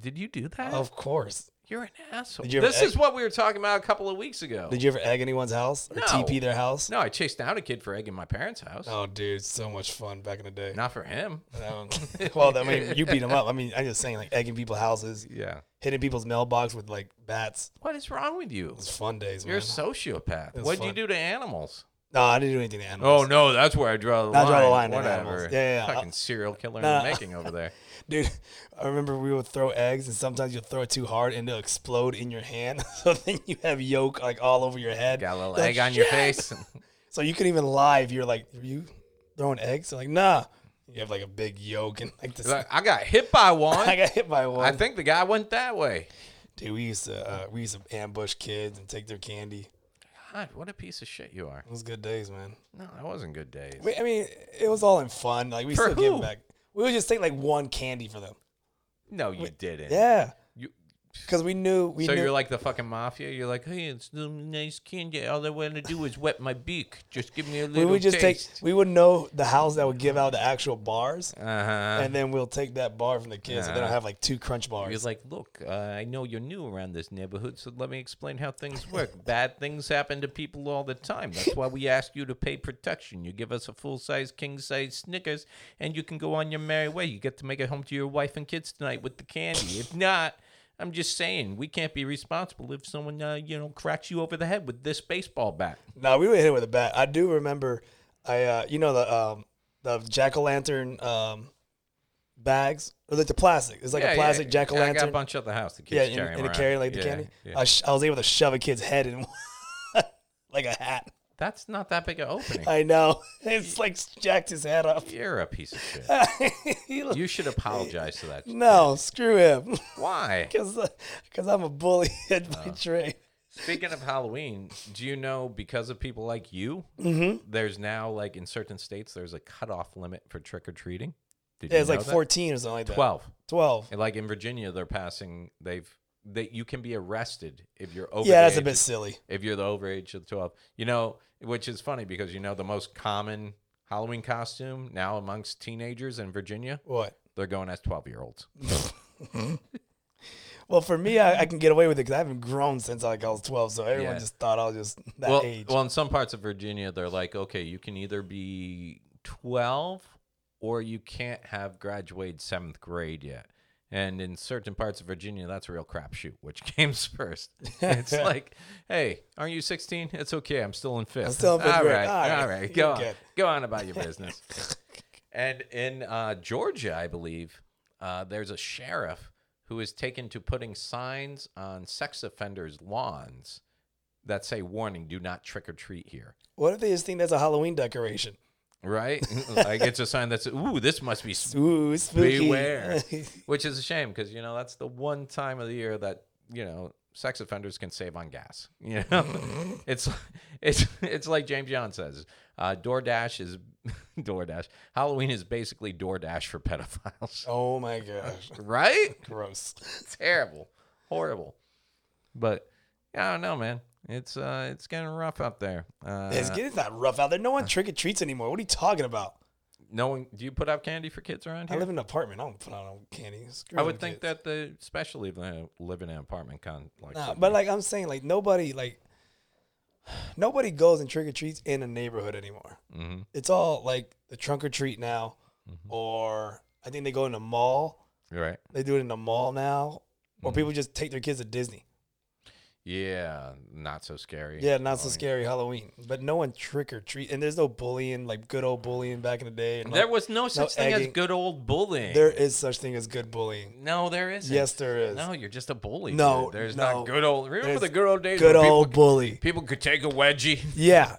Did you do that? Of course. You're an asshole. Did you ever This egg- is what we were talking about a couple of weeks ago. Did you ever egg anyone's house or No. TP their house? No, I chased down a kid for egg in my parents' house. Oh, dude, so much fun back in the day. Not for him. Um, well, I mean, you beat them up. I mean, I'm just saying, like egging people's houses, Yeah. hitting people's mailbox with like bats. What is wrong with you? It was fun days, man. You're a sociopath. It's What'd you fun. do to animals? No, I didn't do anything to animals. Oh no, that's where I draw the I line. draw the line at animals. Whatever. Yeah, yeah, yeah. Fucking serial killer Nah. in the making over there. dude! I remember we would throw eggs, and sometimes you throw it too hard, and it'll explode in your hand. So then you have yolk like all over your head. Got a little Like, egg on your "Shit!" face. So you couldn't even lie if you're like, "Are you throwing eggs?" They're like, nah, You have like a big yoke and like this. Like, I got hit by I one. got hit by one. I think the guy went that way. Dude, we used to uh, we used to ambush kids and take their candy. God, what a piece of shit you are. It was good days, man. No, that wasn't good days. We, I mean, it was all in fun. Like we For still give who? back. We would just take like one candy for them. No, you didn't. Yeah, You, because we knew we so knew. you're like the fucking mafia. You're like, hey, it's some nice candy. All I want to do is wet my beak. Just give me a we little. would just taste. take. We would know the house that would give out the actual bars, Uh huh. and then we'll take that bar from the kids, so they don't have like two crunch Uh-huh. You're bars. like, look, uh, I know you're new around this neighborhood, so let me explain how things work. Bad things happen to people all the time. That's why we ask you to pay protection. You give us a full size, king size Snickers, and you can go on your merry way. You get to make it home to your wife and kids tonight with the candy. If not, I'm just saying we can't be responsible if someone, uh, you know, cracks you over the head with this baseball bat. no, we would hit it with a bat. I do remember. I uh, you know the um, the jack o' lantern um, bags or like the plastic. It's like a plastic jack o' I got a lantern. bunch at the house. The kids Yeah, carry 'em and, and it around. carried like the Yeah, candy. Uh, yeah. I, sh- I was able to shove a kid's head in like a hat. That's not that big an opening. I know. It's like jacked his head up. You're a piece of shit. He looked- You should apologize to that. no, screw him. Why? Because I'm a bully at Uh, my trade. Speaking of Halloween, do you know because of people like you, Mm-hmm. there's now like in certain states there's a cutoff limit for trick or treating. Did Yeah, it's like know that? 14 or something like that. 12. 12. And like in Virginia, they're passing. They've that you can be arrested if you're over. Yeah, the that's a age bit of- silly. If you're the overage of 12, you know, which is funny because you know the most common Halloween costume now amongst teenagers in Virginia, What? they're going as 12 year olds. Well, for me, I, I can get away with it because I haven't grown since like I was 12. So everyone Yeah. just thought I was just that well, age. well, in some parts of Virginia, they're like, okay, you can either be 12 or you can't have graduated seventh grade yet. And in certain parts of Virginia, that's a real crapshoot. Which comes first? It's like, hey, aren't you 16? It's okay. I'm still in 5th still in fifth grade. All right, all right. Go you're on. good. Go on about your business. and in uh, Georgia, I believe, uh, there's a sheriff who is taken to putting signs on sex offenders' lawns that say warning do not trick or treat here what if they just think that's a Halloween decoration? right like it's a sign that's ooh this must be spooky Ooh, spooky. beware which is a shame because you know that's the one time of the year that you know sex offenders can save on gas you know it's it's it's like james john says uh doordash is doordash halloween is basically doordash for pedophiles oh my gosh. right Gross. terrible, horrible. But I don't know, man. It's uh, it's getting rough out there. Uh, it's getting that rough out there. No one trick or treats anymore. What are you talking about? no one. Do you put out candy for kids around I here? live in an apartment. I don't put out no candy. Screw I would them think kids. that the especially the live in an apartment con like. Nah, something- but like I'm saying, like nobody like nobody goes and trick or treats in a neighborhood anymore. Mhm. It's all like the trunk or treat now, Mm-hmm. or I think they go in the mall. You're right? They do it in the mall now, Mm-hmm. or people just take their kids to Disney. Yeah, not so scary. Yeah, not so Halloween. scary Halloween, but no one trick or treat, and there's no bullying like good old bullying back in the day. And There like, was no such thing as egging. good old bullying. there is such thing as good bullying. no, there isn't. Yes, there is. No, you're just a bully. No, dude. there's no. not good old. Remember There's the good old days. Good where people- old bully. People could take a wedgie. Yeah,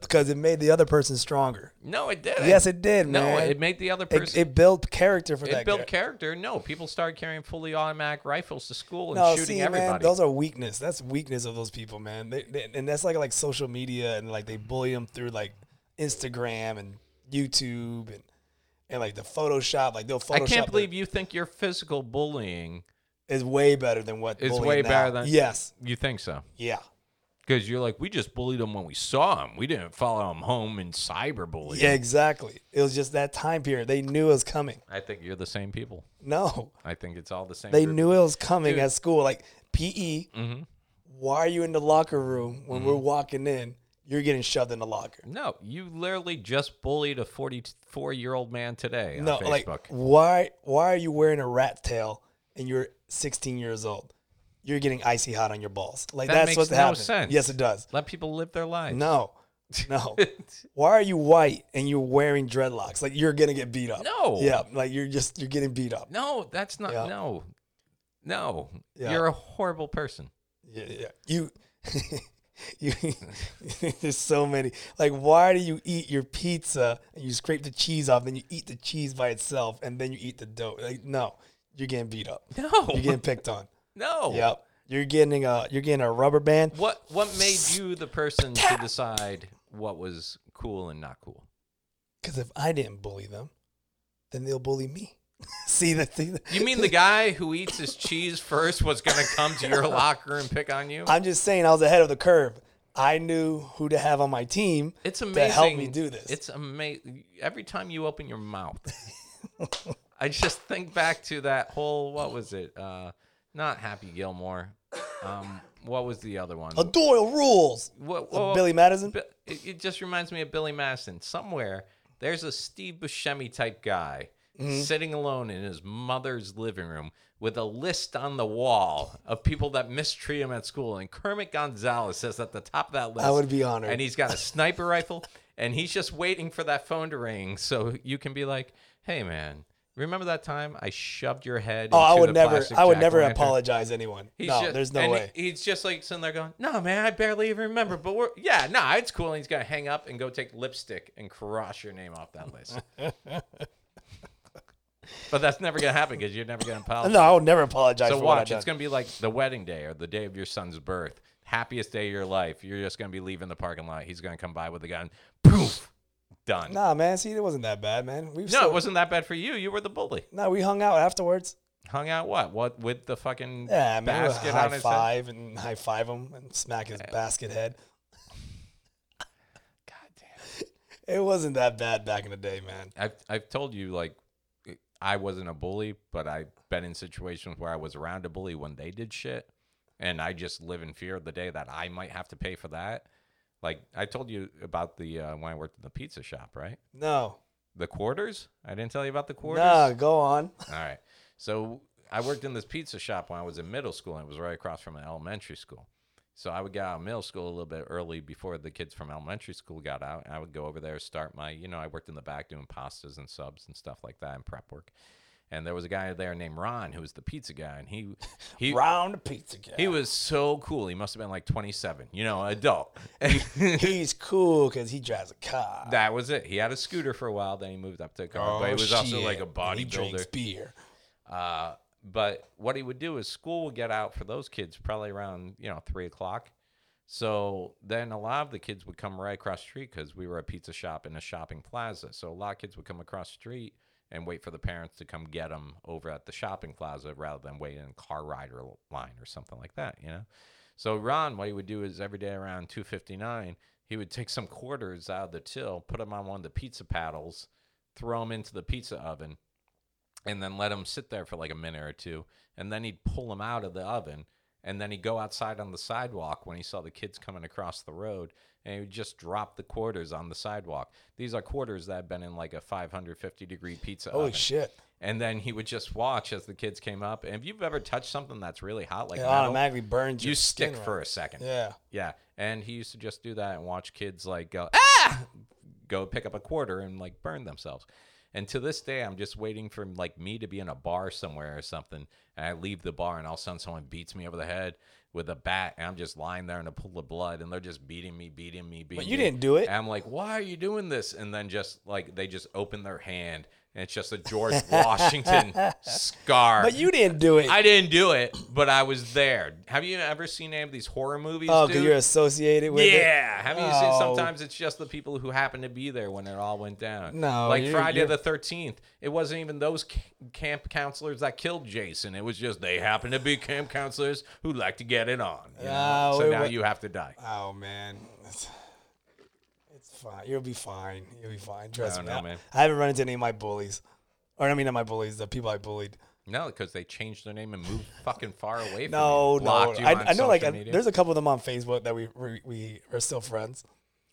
because it made the other person stronger. No, it didn't. Yes, it did, No, man. it made the other person. It, it built character for that. It built guy. character. No, people started carrying fully automatic rifles to school and No, shooting see, everybody. man, those are weakness. That's weakness of those people, man. They, they- and that's like like social media and like they bully them through like Instagram and YouTube and and like the Photoshop. Like they'll Photoshop. I can't believe you think your physical bullying. is way better than what It's bullying way now. better than- yes, You think so? yeah, Because you're like, we just bullied them when we saw them. We didn't follow them home and cyberbully. yeah, exactly. It was just that time period. They knew it was coming. I think you're the same people. No, I think it's all the same. they group. knew it was coming at school. Like PE, Mm-hmm. why are you in the locker room when we're walking in? You're getting shoved in the locker. No, you literally just bullied a 44 year old man today on No, Facebook. like why why are you wearing a rat tail and you're 16 years old? You're getting icy hot on your balls. Like That that's makes what's no happening. sense. Yes, it does. Let people live their lives. No, no. why are you white and you're wearing dreadlocks? Like you're gonna get beat up. No. Yeah, like you're just you're getting beat up. No, that's not. Yeah. No. No. Yeah. You're a horrible person. Yeah, yeah. You You, there's so many. Like, why do you eat your pizza and you scrape the cheese off, then you eat the cheese by itself, and then you eat the dough? Like, no, you're getting beat up. No. you're getting picked on. No. Yep, you're getting a you're getting a rubber band. What what made you the person to decide what was cool and not cool? Because if I didn't bully them, then they'll bully me. see the thing. You mean the guy who eats his cheese first was going to come to your locker and pick on you? I'm just saying, I was ahead of the curve. I knew who to have on my team. It's amazing. to help me do this. It's amazing. Every time you open your mouth, I just think back to that whole what was it? Uh, not Happy Gilmore. Um, what was the other one? a Doyle rules. What- Of what- Billy Madison. Bi- It, it just reminds me of Billy Madison. Somewhere there's a Steve Buscemi type guy Mm-hmm. sitting alone in his mother's living room with a list on the wall of people that mistreat him at school. And Kermit Gonzalez says at the top of that list, I would be honored. And he's got a sniper rifle, and he's just waiting for that phone to ring so you can be like, "Hey, man." Remember that time I shoved your head? Oh, I into would the never. plastic I would never jack-o'-lantern?" apologize to anyone. He's no, just, there's no and way. he- he's just like sitting there going, "No, man, I barely even remember." But we're yeah, no, it's cool. And he's gonna hang up and go take lipstick and cross your name off that list. but that's never gonna happen because you're never gonna apologize. no, I would never apologize so for what I've watch, done. it's gonna be like the wedding day or the day of your son's birth, happiest day of your life. You're just gonna be leaving the parking lot. He's gonna come by with a gun. Poof, done. No, Nah, man. See, it wasn't that bad, man. We've it wasn't that bad for you. You were the bully. No, we hung out afterwards. Hung out what? What with the fucking Yeah, man. we would basket on high his head? five and high five him and smack his basket head. God damn. It wasn't that bad back in the day, man. I've I've told you like I wasn't a bully, but I've been in situations where I was around a bully when they did shit, and I just live in fear of the day that I might have to pay for that. Like I told you about the uh, when I worked in the pizza shop, right? No, The quarters. I didn't tell you about the quarters. no. Go on. All right. So I worked in this pizza shop when I was in middle school, and it was right across from an elementary school. So I would get out of middle school a little bit early before the kids from elementary school got out, and I would go over there start my, you know, I worked in the back doing pastas and subs and stuff like that and prep work. And there was a guy there named Ron who was the pizza guy, and he he Round the pizza guy. he was so cool. He must have been like 27, you know, adult. He's cool because he drives a car. that was it. He had a scooter for a while, then he moved up to a car, Oh, but he was also shit. like a And he drinks bodybuilder. beer. Uh, but what he would do is school would get out for those kids probably around you know three o'clock. So then a lot of the kids would come right across the street because we were a pizza shop in a shopping plaza. So a lot of kids would come across the street and wait for the parents to come get them over at the shopping plaza rather than wait in a car rider line or something like that, you know. So Ron, what he would do is every day around two fifty nine, he would take some quarters out of the till, put them on one of the pizza paddles, throw them into the pizza oven, and then let them sit there for like a minute or two and then he'd pull them out of the oven and then he'd go outside on the sidewalk when he saw the kids coming across the road and he would just drop the quarters on the sidewalk these are quarters that had been in like a 550 degree pizza Holy oven shit! and then he would just watch as the kids came up and if you've ever touched something that's really hot like It metal, automatically burns your you stick skin for right. a second Yeah. yeah, and he used to just do that and watch kids like go ah, go pick up a quarter and like burn themselves. And to this day, I'm just waiting for like me to be in a bar somewhere or something, and I leave the bar, and all of a sudden someone beats me over the head with a bat, and I'm just lying there in a pool of blood, and they're just beating me, beating me, beating. you me. didn't do it. And I'm like, why are you doing this? And then just like they just open their hand, and it's just a George Washington scar. But you didn't do it. I didn't do it, but I was there. Have you ever seen any of these horror movies? oh, because dude? you're associated with it. yeah. Have you seen? Oh. Sometimes it's just the people who happen to be there when it all went down. No, like you're- Friday you're- the Thirteenth. It wasn't even those c- camp counselors that killed Jason. It was just they happened to be camp counselors who like to get it on. you know? Oh, so it now wa- you have to die. Oh man, it's, it's fine. You'll be fine. You'll be fine. Trust don't me. know, I- man. I haven't run into any of my bullies, or I mean, not my bullies, the people I bullied. No, because they changed their name and moved fucking far away from No, you. no. Blocked you I, on I know, like, social I- media. there's a couple of them on Facebook that we we, we are still friends.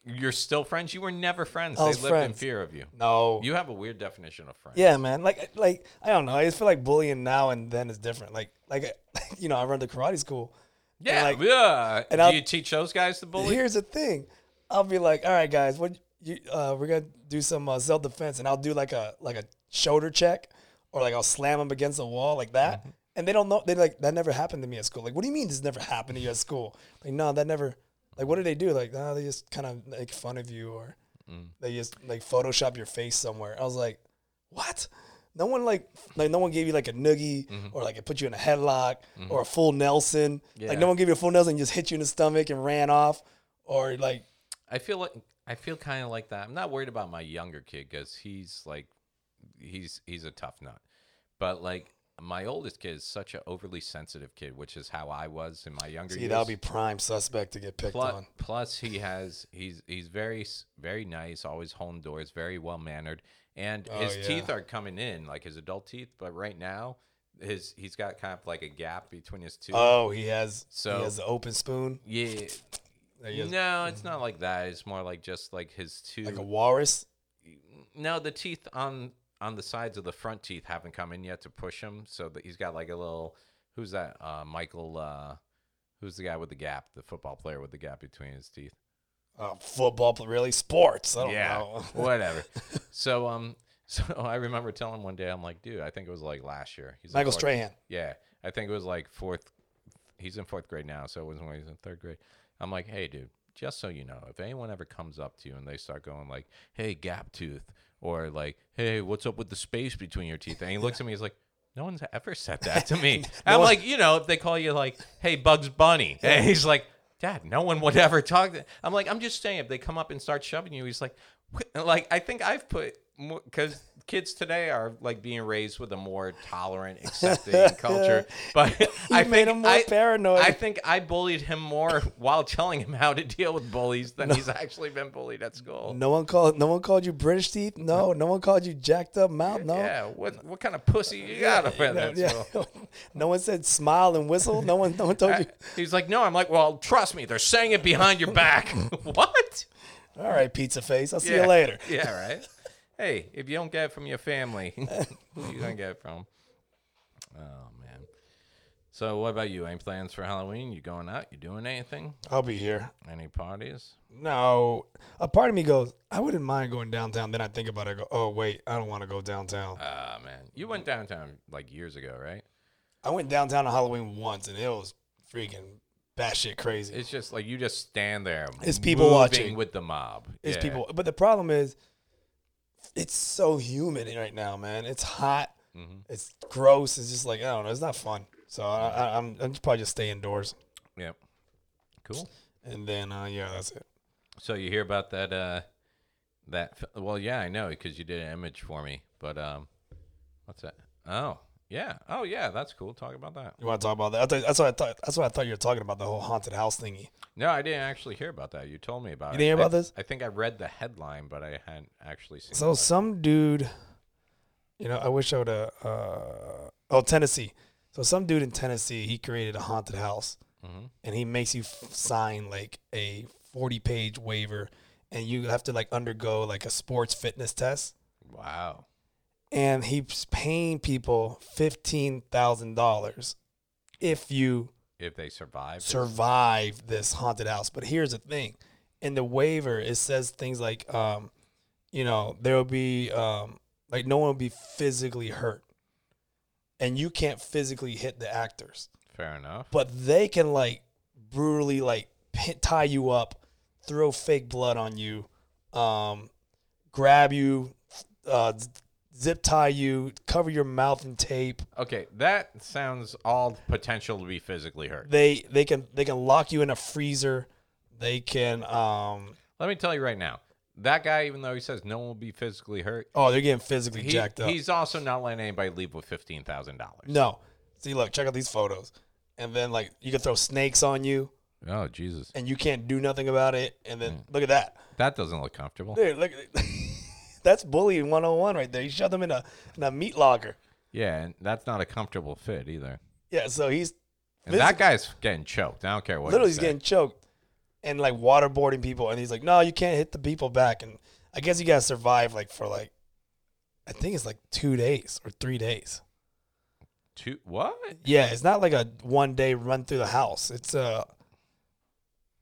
you're still friends. You were never friends. I They was lived in friends. fear of you. No. You have a weird definition of friend. yeah, man. Like, like I don't know. I just feel like bullying now and then is different. Like, like you know, I run the karate school. Yeah, like- yeah. and Do I'll- you teach those guys to bully? Here's the thing. I'll be like, all right, guys, what you uh, we're gonna do some uh, self defense, and I'll do like a like a shoulder check, or like I'll slam them against the wall like that, and they don't know. They like that never happened to me at school. Like, what do you mean this never happened to you at school? Like, no, that never Like, what do they do? Like, nah, they just kind of make fun of you, or they just like Photoshop your face somewhere. I was like, what? No one like like no one gave you like a noogie Mm-hmm. or like it put you in a headlock or a full Nelson. Like Yeah. no one gave you a full Nelson, and just hit you in the stomach and ran off, or like I feel like I feel kind of like that. I'm not worried about my younger kid because he's like, he's he's a tough nut. But like my oldest kid is such an overly sensitive kid, which is how I was in my younger see years. that would be prime suspect to get picked plus, on. plus he has he's he's very s- very nice, always home doors, very well mannered, and Oh, his yeah. teeth are coming in like his adult teeth. But right now, his he's got kind of like a gap between his two. Oh, he has So- he has the open spoon. yeah, He has no, it's not like that. It's more like just like his two. like a walrus. No, the teeth on on the sides of the front teeth haven't come in yet to push him, so that he's got like a little. Who's that? Uh, Michael. Uh, who's the guy with the gap? The football player with the gap between his teeth. Uh, football, pl- really sports. I don't know. whatever. So um, so I remember telling him one day, I'm like, dude, I think it was like last year. He's in Michael fourth- Strahan. Yeah, I think it was like fourth. He's in fourth grade now, so it was when he was in third grade. I'm like, hey, dude, just so you know, if anyone ever comes up to you and they start going like, hey, gap tooth, or like, hey, what's up with the space between your teeth? And he looks at me, he's like. No one's ever said that to me. I'm one- like, you know, if they call you like, "Hey, Bugs Bunny," and he's like, "Dad, no one would ever talk." To-. I'm like, I'm just saying, if they come up and start shoving you, he's like, "What?" like I think I've put because kids today are like being raised with a more tolerant, accepting culture. But I made think him more I- paranoid. I think I bullied him more while telling him how to deal with bullies than he's actually been bullied at school. No one called. No one called you British teeth. No. No one called you jacked up mouth. No. Yeah, what what kind of pussy you got up No, in that yeah. school? no one said smile and whistle. No one. No one told you. He's like, no. I'm like, well, trust me, they're saying it behind your back. what? All right, pizza face. I'll see Yeah. you later. Yeah, right. hey, if you don't get it from your family, who you gonna get it from? Oh man. So what about you? Any plans for Halloween? You going out? You doing anything? I'll be here. Any parties? No. A part of me goes. I wouldn't mind going downtown. Then I think about it. I go. Oh wait. I don't want to go downtown. Ah man, you went downtown like years ago, right? I went downtown on Halloween once, and it was freaking batshit crazy. It's just like you just stand there. It's people moving watching. with the mob. It's Yeah. people. But the problem is, it's so humid right now, man. It's hot. It's gross. It's just like I don't know. It's not fun. So I, I, I'm I'm just probably just stay indoors. Yep. Cool. And then uh, yeah, that's it. So you hear about that? uh That f- well, yeah, I know because you did an image for me. But um, what's that? Oh yeah, oh yeah, that's cool. Talk about that. You want to talk about that? I thought, that's what I thought. That's what I thought you were talking about. The whole haunted house thingy. No, I didn't actually hear about that. You told me about You it. didn't hear I- about this? I think I read the headline, but I hadn't actually seen. So it. some dude, you know, I wish I would have. Uh, oh, Tennessee. So some dude in Tennessee, he created a haunted house, and he makes you f- sign like a forty-page waiver, and you have to like undergo like a sports fitness test, wow, and he's paying people fifteen thousand dollars if you if they survive, it's- survive this haunted house. But here's the thing: in the waiver, it says things like, um, you know, there will be um, like no one will be physically hurt, and you can't physically hit the actors, fair enough. but they can like brutally like pin, tie you up, throw fake blood on you, um, grab you, uh, z- zip tie you, cover your mouth in tape. Okay, that sounds all potential to be physically hurt. They they can they can lock you in a freezer. They can um Let me tell you right now, that guy, even though he says no one will be physically hurt, Oh, they're getting physically he- jacked up. he's also not letting anybody leave with fifteen thousand dollars. No. See, look, check out these photos. And then, like, you can throw snakes on you Oh Jesus, and you can't do nothing about it. And then, Mm. look at that. that doesn't look comfortable. Dude, look at That's bullying 101 right there. You shove them in a, in a meat locker. Yeah, and that's not a comfortable fit either. Yeah, so he's And that guy's getting choked. I don't care what. literally you he's say. getting choked and, like, waterboarding people. And he's like, no, you can't hit the people back. And I guess you got to survive, like, for, like, I think it's like two days or three days. two. What? Yeah, it's not like a one day run through the house. It's a,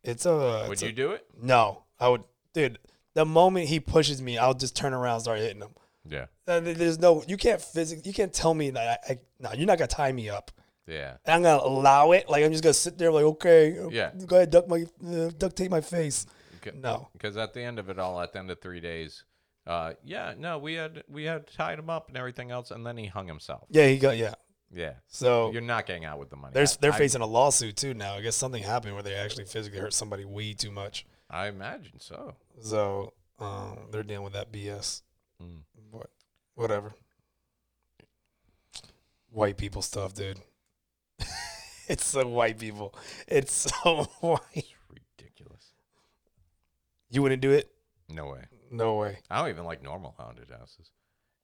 it's a. Would it's you a, do it? No, I would, dude. The moment he pushes me, I'll just turn around and start hitting him. Yeah. Uh, there- There's no, you can't physically, you can't tell me that I, I no, you're not gonna tie me up. Yeah. And I'm gonna allow it. Like I'm just gonna sit there, like okay, uh, Yeah. go ahead, duck my uh, duct tape my face. No. Because at the end of it all, at the end of three days, uh, yeah, no, we had we had tied him up and everything else, and then he hung himself. Yeah, he got yeah. Yeah. So You're not getting out with the money. they're I- they're I, facing a lawsuit too now. I guess something happened where they actually physically hurt somebody way too much. I imagine so. So um, they're dealing with that BS. Mm. What, whatever. White people stuff, dude. it's so white people. It's so white. It's ridiculous. You wouldn't do it? No way. No way. I don't even like normal haunted houses.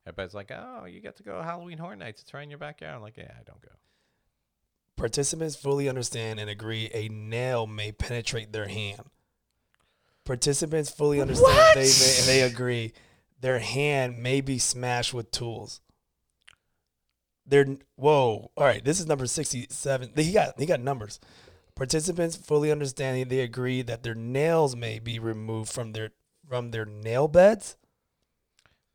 Everybody's like, oh, you get to go Halloween Horror Nights. It's right in your backyard. I'm like, yeah, I don't go. Participants fully understand and agree a nail may penetrate their hand. Participants fully understand they may, they agree their hand may be smashed with tools. They're whoa. All right, this is number 67. He got he got numbers. Participants fully understanding they agree that their nails may be removed from their from their nail beds.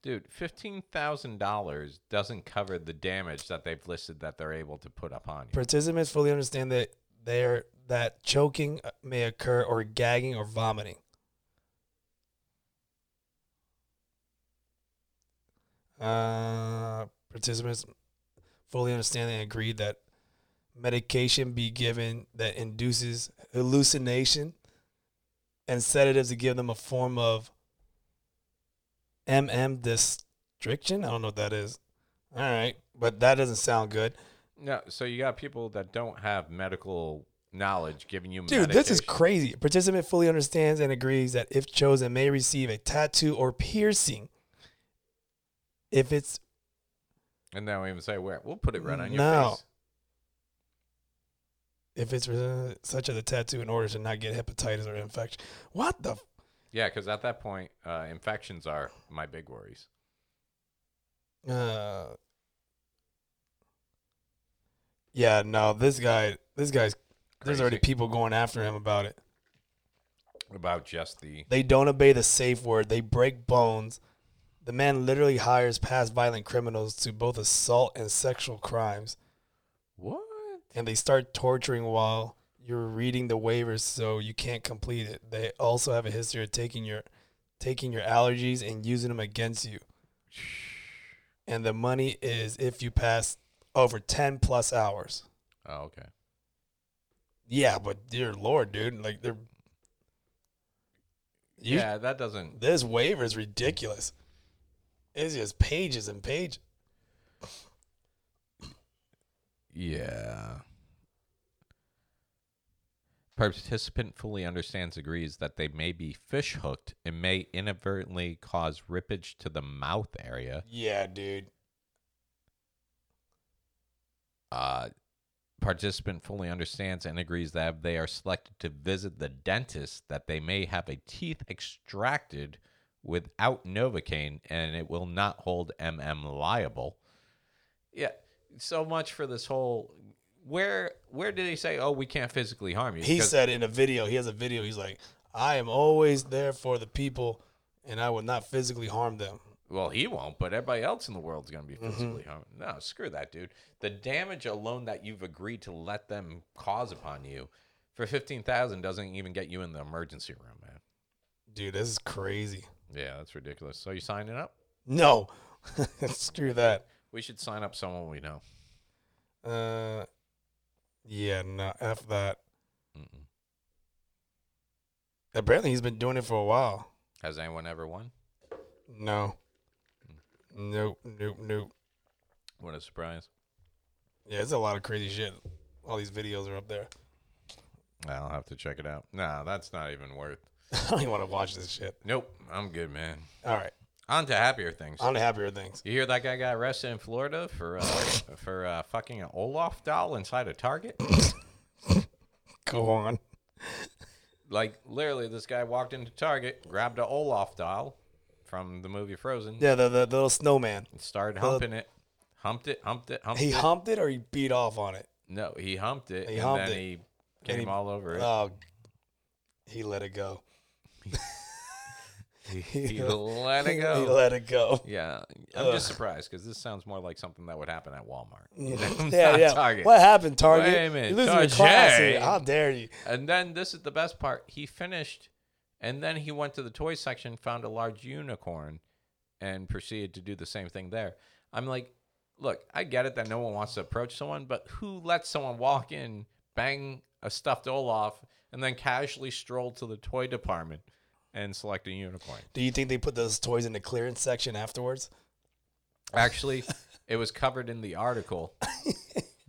Dude, fifteen thousand dollars doesn't cover the damage that they've listed that they're able to put up on you. Participants fully understand that they are that choking uh, may occur or gagging or vomiting. Uh, participants fully understand and agree that medication be given that induces hallucination and sedatives to give them a form of MM distriction. I don't know what that is. All right, but that doesn't sound good. No, so you got people that don't have medical knowledge giving you Dude, this is medication. crazy. Participant fully understands and agrees that if chosen, may receive a tattoo or piercing. If it's And then we even say where we'll put it right on your No. face. if it's uh, such as a tattoo in order to not get hepatitis or infection. What the? F- Yeah, because at that point, uh, infections are my big worries. uh, yeah, no. This guy, this guy's. There's already Crazy. people going after him about it. About just the They don't obey the safe word. They break bones. The man literally hires past violent criminals to both assault and sexual crimes. what? and they start torturing while you're reading the waivers so you can't complete it. They also have a history of taking your taking your allergies and using them against you. And the money is if you pass over 10 plus hours. Oh, okay. Yeah, but dear lord, dude, like they're You- yeah, that doesn't. this waiver is ridiculous. It's just pages and pages. Yeah. Participant fully understands, agrees that they may be fish hooked and may inadvertently cause rippage to the mouth area. Yeah, dude. Uh, participant fully understands and agrees that if they are selected to visit the dentist, that they may have a teeth extracted without Novocaine and it will not hold MM liable. Yeah, so much for this whole. Where where did he say? Oh, we can't physically harm you. He Because- said in a video, he has a video, he's like, I am always there for the people and I will not physically harm them. Well, he won't, but everybody else in the world's going to be physically harmed. No, screw that, dude. The damage alone that you've agreed to let them cause upon you for 15,000 doesn't even get you in the emergency room, man. Dude, this is crazy. Yeah, that's ridiculous. So you signing up? No. Screw that. We should sign up someone we know. Uh yeah, no, F that. Mm-mm. Apparently he's been doing it for a while. Has anyone ever won? No. Nope, nope, nope. What a surprise. Yeah, it's a lot of crazy shit. All these videos are up there. I'll have to check it out. No, that's not even worth. I don't even want to watch this shit. Nope, I'm good, man. All right. On to happier things. On to happier things. You hear that guy got arrested in Florida for uh, for uh, fucking an Olaf doll inside a Target? Go on. like literally this guy walked into target grabbed a olaf doll from the movie frozen Yeah, the, the, the little snowman. and started humping it humped it humped it humped He it humped it or he beat off on it. no he humped it He and humped then it. he And uh, came he- all over it Oh, he let it go. He let it He go. let it go. Yeah, I'm just surprised because this sounds more like something that would happen at Walmart. You know, Yeah, not yeah. Target. What happened, Target? Wait a minute, You're losing your class Target. here. How dare you? And then this is the best part. He finished, and then he went to the toy section, found a large unicorn, and proceeded to do the same thing there. I'm like, look, I get it that no one wants to approach someone, but who lets someone walk in, bang a stuffed Olaf, and then casually stroll to the toy department and select a unicorn? Do you think they put those toys in the clearance section afterwards? Actually, it was covered in the article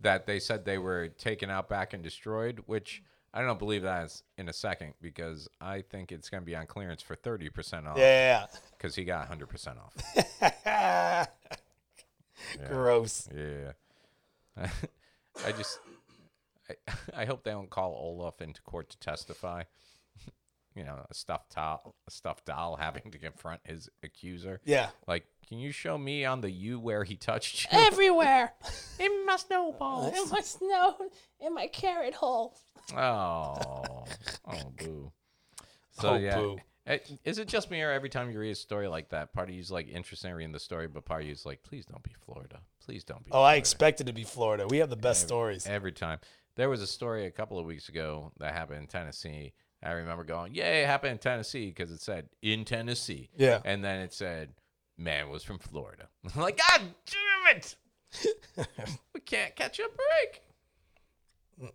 that they said they were taken out back and destroyed, which I don't believe that is in a second because I think it's going to be on clearance for 30% off Yeah. because he got 100% off. Gross. yeah. I just, I, I hope they don't call Olaf into court to testify. You know, a stuffed doll, a stuffed doll having to confront his accuser. Yeah. Like, can you show me on the U where he touched you? everywhere in my snowball, in my snow, in my carrot hole. Oh, oh, boo. So Oh, yeah, boo. Eh, is it just me or every time you read a story like that, part of you's like interested in reading the story, but part of you's like, please don't be Florida, please don't be. Oh, I Florida." expected to be Florida. We have the best stories. every time. There was a story a couple of weeks ago that happened in Tennessee. I remember going, "Yay, it happened in Tennessee," because it said in Tennessee. Yeah. and then it said, "Man was from Florida." I'm like, God damn it, we can't catch a break.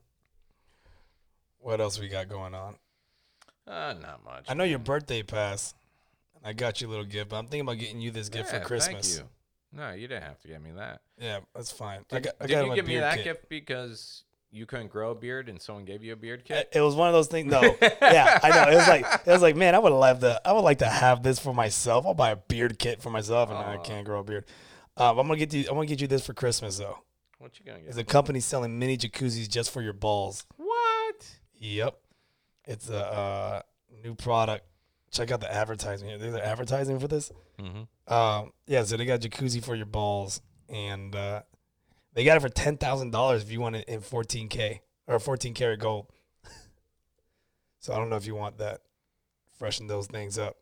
What else we got going on? Uh, not much. I know your birthday passed. and I got you a little gift, but I'm thinking about getting you this gift for Christmas. Thank you. No, you didn't have to get me that. Yeah, that's fine. I Did, got, I did got you my give me beard that kit. gift because you couldn't grow a beard and someone gave you a beard I- kit? Uh, It was one of those things. No, yeah, I know. It was like it was like, man, I would love to. I would like to have this for myself. I'll buy a beard kit for myself, and I can't grow a beard. Um, I'm gonna get you. I'm gonna get you this for Christmas though. What you gonna There's get? a company selling mini jacuzzis just for your balls. what? Yep, it's a uh, new product. Check out the advertisement. Here. They're advertising for this. Mm-hmm. Um, yeah, so they got jacuzzi for your balls, and uh, they got it for ten thousand dollars if you want it in fourteen k or fourteen karat gold. so I don't know if you want that. Freshen those things up.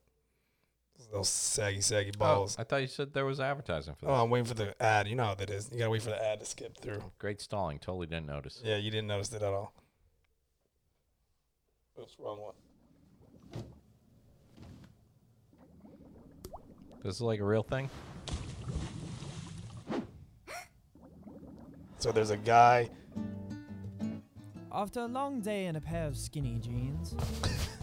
Those saggy, saggy balls. Oh, I thought you said there was advertising for Oh, that. I'm waiting for the ad. You know how that is. You gotta wait for the ad to skip through. Great stalling. Totally didn't notice. Yeah, you didn't notice it at all. Oops, wrong one. This is like a real thing. So there's a guy. After a long day in a pair of skinny jeans,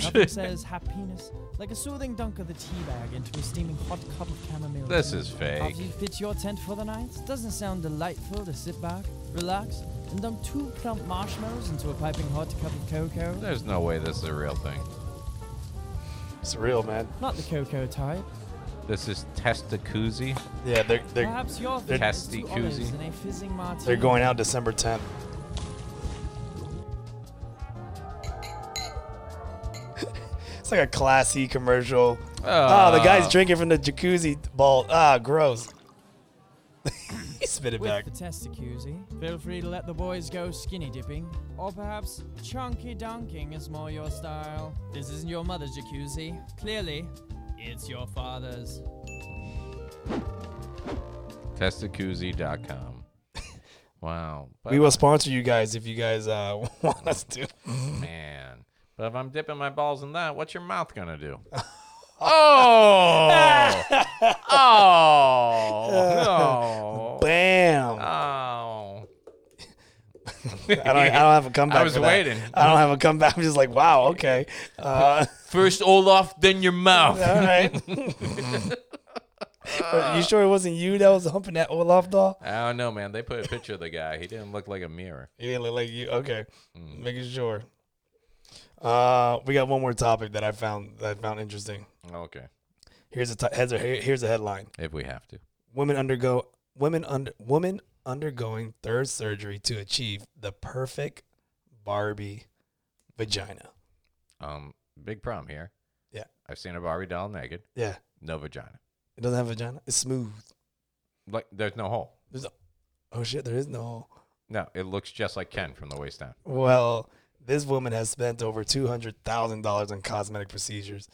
nothing says happiness like a soothing dunk of the tea bag into a steaming hot cup of chamomile. This tea. is fake. After you pitch your tent for the night, doesn't it sound delightful to sit back, relax, and dump two plump marshmallows into a piping hot cup of cocoa? There's no way this is a real thing. It's real, man. Not the cocoa type. This is Testacuzzi. Yeah, they're they're Perhaps your they're- thing is two Tasty olives koozie. and a fizzing martini. they're going out December 10th. it's like a classy commercial. Oh, the guy's drinking from the jacuzzi ball. Ah, gross. he spit it With back. the testacuzzi, feel free to let the boys go skinny dipping, or perhaps chunky dunking is more your style. This isn't your mother's jacuzzi. Clearly, it's your father's. Testacuzzi.com. Wow. But We will sponsor you guys if you guys uh, want us to. man. But if I'm dipping my balls in that, what's your mouth gonna do? oh! oh! No! Bam! Oh! I don't, I don't have a comeback. I was for that. waiting. I don't have a comeback. I'm just like, wow, okay. Uh, First Olaf, then your mouth. all right. you sure it wasn't you that was humping that Olaf doll? I don't know, man. They put a picture of the guy. He didn't look like a mirror. Hmm. He didn't look like you. Okay, making sure. Uh, we got one more topic that I found that I found interesting. Okay, Here's a t- here's a here's a headline: if we have to. Women undergo women under woman undergoing third surgery to achieve the perfect Barbie vagina. Um, big problem here. Yeah. I've seen a Barbie doll naked, Yeah, no vagina. it doesn't have a vagina. It's smooth. Like there's no hole. There's no, oh shit, there is no. hole. No, it looks just like Ken from the waist down. Well, this woman has spent over two hundred thousand dollars on cosmetic procedures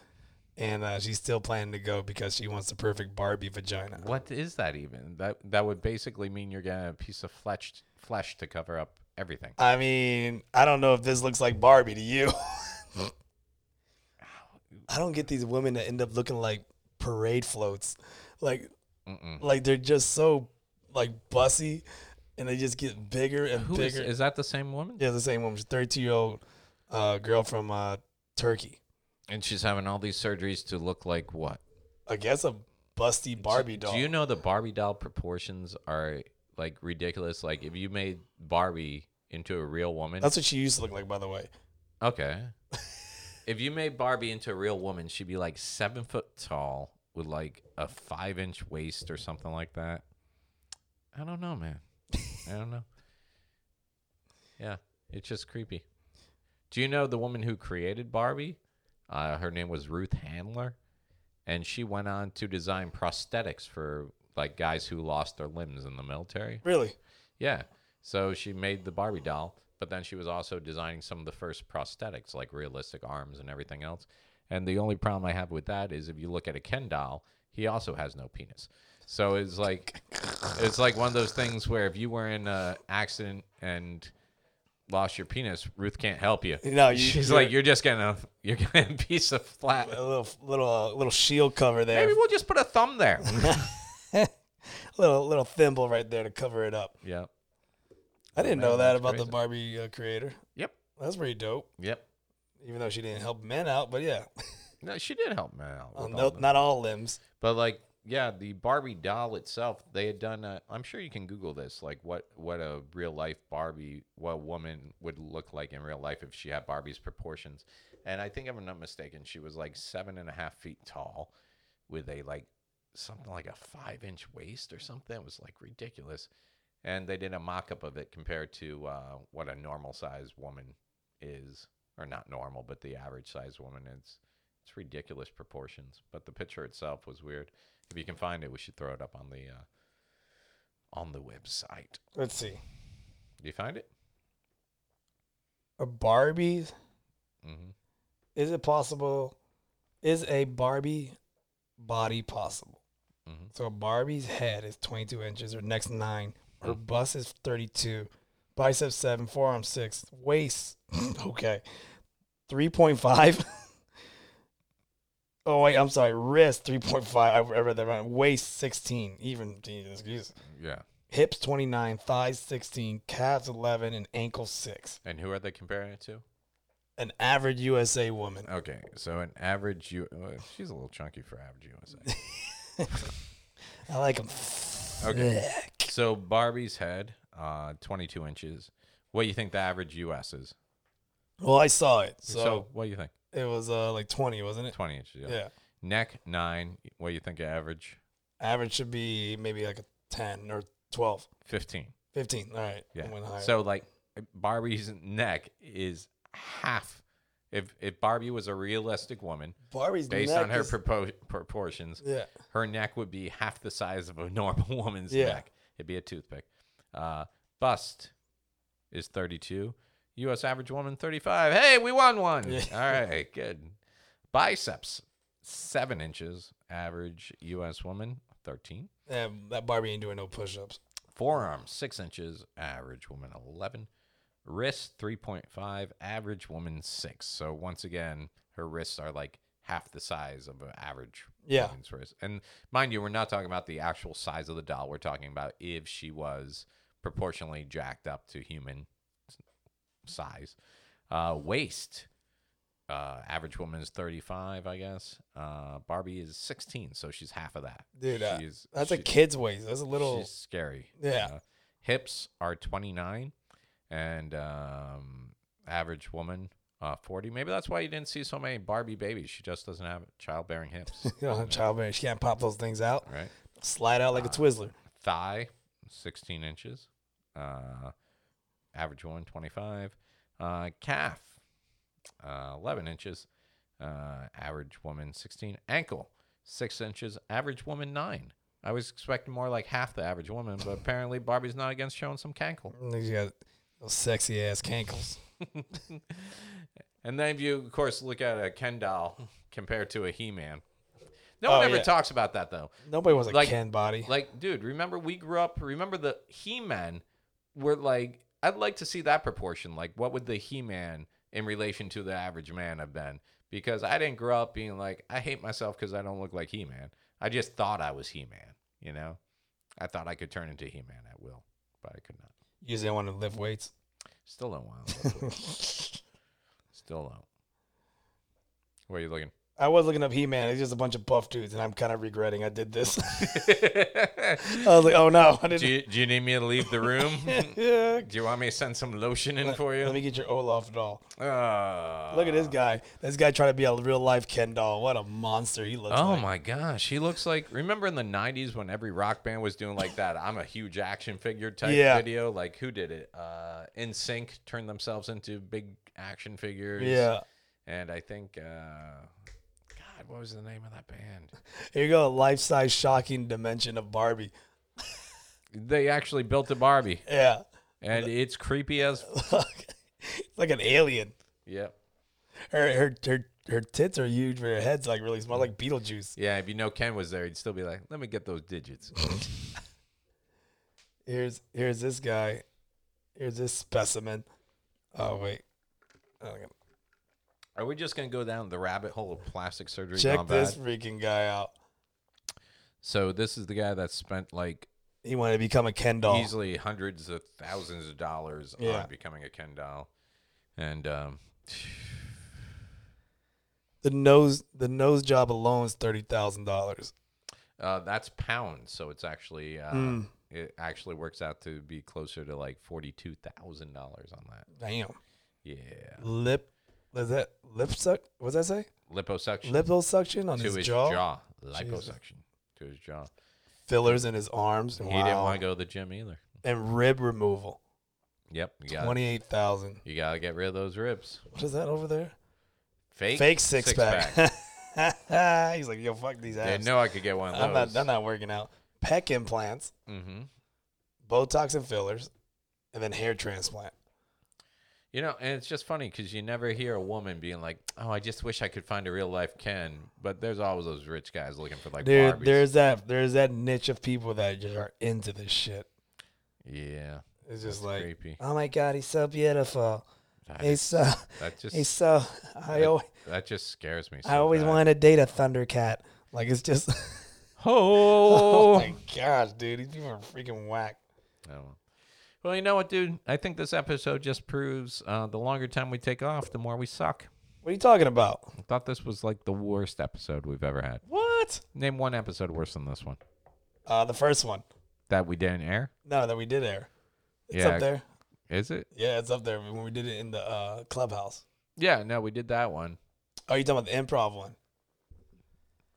and uh, she's still planning to go because she wants the perfect Barbie vagina. What is that even? That that would basically mean you're getting a piece of flesh flesh to cover up everything. I mean, I don't know if this looks like Barbie to you. I don't get these women that end up looking like parade floats, like Mm-mm. like they're just so like bussy, and they just get bigger and Who is, bigger. is that? The same woman? yeah, the same woman, thirty year old uh, girl from uh, Turkey. And she's having all these surgeries to look like what? I guess a busty Barbie doll. Do you know the Barbie doll proportions are like ridiculous? Like if you made Barbie into a real woman, That's what she used to look like, by the way. okay. if you made Barbie into a real woman, she'd be like seven foot tall with like a five inch waist or something like that. I don't know, man. I don't know. Yeah, it's just creepy. Do you know the woman who created Barbie? Uh, her name was Ruth Handler, and she went on to design prosthetics for like guys who lost their limbs in the military. Really? Yeah. So she made the Barbie doll, but then she was also designing some of the first prosthetics, like realistic arms and everything else. And the only problem I have with that is if you look at a Ken doll, he also has no penis. So it's like it's like one of those things where if you were in an accident and lost your penis, Ruth can't help you. No, you- she's you're- like you're just gonna you're gonna be so flat. A little little uh, little shield cover there. Maybe we'll just put a thumb there. little little thimble right there to cover it up. yep. I didn't Man, know that that's about the crazy. Barbie uh, creator. Yep. That's pretty dope. Yep. Even though she didn't help men out, but yeah, No, she did help me out. with Well, all no, this. not all limbs. But like, yeah, the Barbie doll itself, they had done. A, I'm sure you can Google this. Like, what what a real life Barbie, what a woman would look like in real life if she had Barbie's proportions. And I think, if I'm not mistaken, she was like seven and a half feet tall, with a like something like a five inch waist or something. It was like ridiculous. And they did a mock up of it compared to uh, what a normal sized woman is, or not normal, but the average sized woman is. It's ridiculous proportions, but the picture itself was weird. If you can find it, we should throw it up on the uh, on the website. Let's see. Do you find it? A Barbie? hmm Is it possible? Is a Barbie body possible? Mhm. So a Barbie's head is 22 inches, her neck's nine, her bust is 32, biceps seven, forearm six, waist okay, 3.5. oh wait, I'm sorry, wrist 3.5. I I read that wrong. Waist 16, even Jesus, excuse. Yeah. Hips 29, thighs 16, calves 11, and ankles six. And who are they comparing it to? An average USA woman. Okay, so an average U. Uh, she's a little chunky for average USA. I like them. Okay. so Barbie's head, uh, 22 inches. What do you think the average US is? Well, I saw it, So, so, what do you think? it was uh like 20, wasn't it? 20 inches. Yeah. yeah. Neck nine. What do you think of average? Average should be maybe like a 10 or 12, 15. 15. All right. I went Yeah. higher. So like Barbie's neck is half. If if Barbie was a realistic woman, Barbie's based neck on her is- propo- proportions, yeah. her neck would be half the size of a normal woman's Yeah. neck. It'd be a toothpick. Uh, bust is 32. U.S. average woman 35. Hey, we won one. All right, good. Biceps seven inches. Average U.S. woman 13. yeah. That Barbie ain't doing no push ups. Forearm, six inches. Average woman, 11. Wrist, 3.5. Average woman, six. So once again, her wrists are like half the size of an average Yeah. woman's wrist. And mind you, we're not talking about the actual size of the doll. We're talking about if she was proportionally jacked up to human s- size. Uh, waist. Uh, average woman is 35, I guess. Uh, Barbie is 16, so she's half of that. Dude, uh, She's- that's a she- kid's waist. That's a little. She's scary. Uh, Yeah. hips are 29 and um, average woman uh, 40. Maybe that's why you didn't see so many Barbie babies. She just doesn't have childbearing hips, You know, childbearing. She can't pop those things out. right? Slide out like a Ah. Twizzler. Thigh 16 inches. Uh, average woman 25. Uh, calf uh, 11 inches. Uh, average woman 16. Ankle 6 inches. Average woman 9. I was expecting more like half the average woman, but apparently Barbie's not against showing some cankle. She got those sexy ass cankles. And then if you, of course, look at a Ken doll, compared to a He-Man. No one Oh, ever yeah. talks about that though. Nobody wants a Like- Ken body. Like, dude, remember we grew up. Remember the He-Men were like. I'd like to see that proportion. Like, what would the He-Man in relation to the average man have been? Because I didn't grow up being like, I hate myself because I don't look like He-Man. I just thought I was He-Man. You know, I thought I could turn into He-Man at will, but I could not. you just didn't want to lift weights. Still don't want. to look at it. Still don't. Where are you looking? I was looking up He Man. It's just a bunch of buff dudes, and I'm kind of regretting I did this. do, I was like, oh no, I didn't. you, do you need me to leave the room? Yeah. do you want me to send some lotion in for Let you? me get your Olaf doll. Ah. Look at this guy. This guy trying to be a real life Ken doll. What a monster he looks Oh like. my gosh, he looks like. Remember in the '90s when every rock band was doing like that? I'm a huge action figure type Yeah. video. Like who did it? Uh, In Sync turned themselves into big action figures. Yeah. and I think, uh, God, what was the name of that band? Here you go. Life size shocking dimension of Barbie. They actually built a Barbie. Yeah. and it's creepy as it's like an alien. yep. Her, her her her tits are huge, but her head's like really small, like Beetlejuice. Yeah, if you know Ken was there, he'd still be like, "Let me get those digits." Here's here's this guy. Here's this specimen. Oh wait. Oh, God. Are we just gonna go down the rabbit hole of plastic surgery? Check gone this bad? freaking guy out. So this is the guy that spent like He wanted to become a Ken doll. easily hundreds of thousands of dollars Oh. Yeah. on becoming a Ken doll, and um, the nose the nose job alone is thirty thousand dollars. uh, that's pounds. So it's actually uh, Mm. it actually works out to be closer to like forty two thousand dollars on that. Damn. Yeah, Lip is that lip suck what does that say? liposuction Liposuction on to his, jaw? liposuction to his jaw. Fillers in his arms. He didn't Wow. want to go to the gym either. And rib removal. Yep. You got Twenty eight thousand. you gotta get rid of those ribs. What is that over there? Fake Fake six, pack. six-pack. He's like, yo, fuck these They abs. know I could get one of I'm not those. I'm not working out. Pec implants, hmm Botox and fillers, and then hair transplant. You know, and it's just funny because you never hear a woman being like, "Oh, I just wish I could find a real life Ken," but there's always those rich guys looking for like There, Barbies. there's that there's that niche of people that just are into this shit. yeah, It's just like creepy. Oh my god, he's so beautiful. That, He's so that just he's so I always that just scares me. So oh, I always bad. wanted to date a Thundercat. Like it's just Oh. Oh my gosh, dude, these people are freaking whack. I don't know. Oh, Well, you know what, dude? I think this episode just proves uh, the longer time we take off, the more we suck. What are you talking about? I thought this was like the worst episode we've ever had. What? Name one episode worse than this one Uh the first one. that we didn't air. No, that we did air. It's Yeah. up there. Is it? Yeah, it's up there when we did it in the uh, clubhouse. Yeah, no, we did that one. Oh, you talking about the improv one?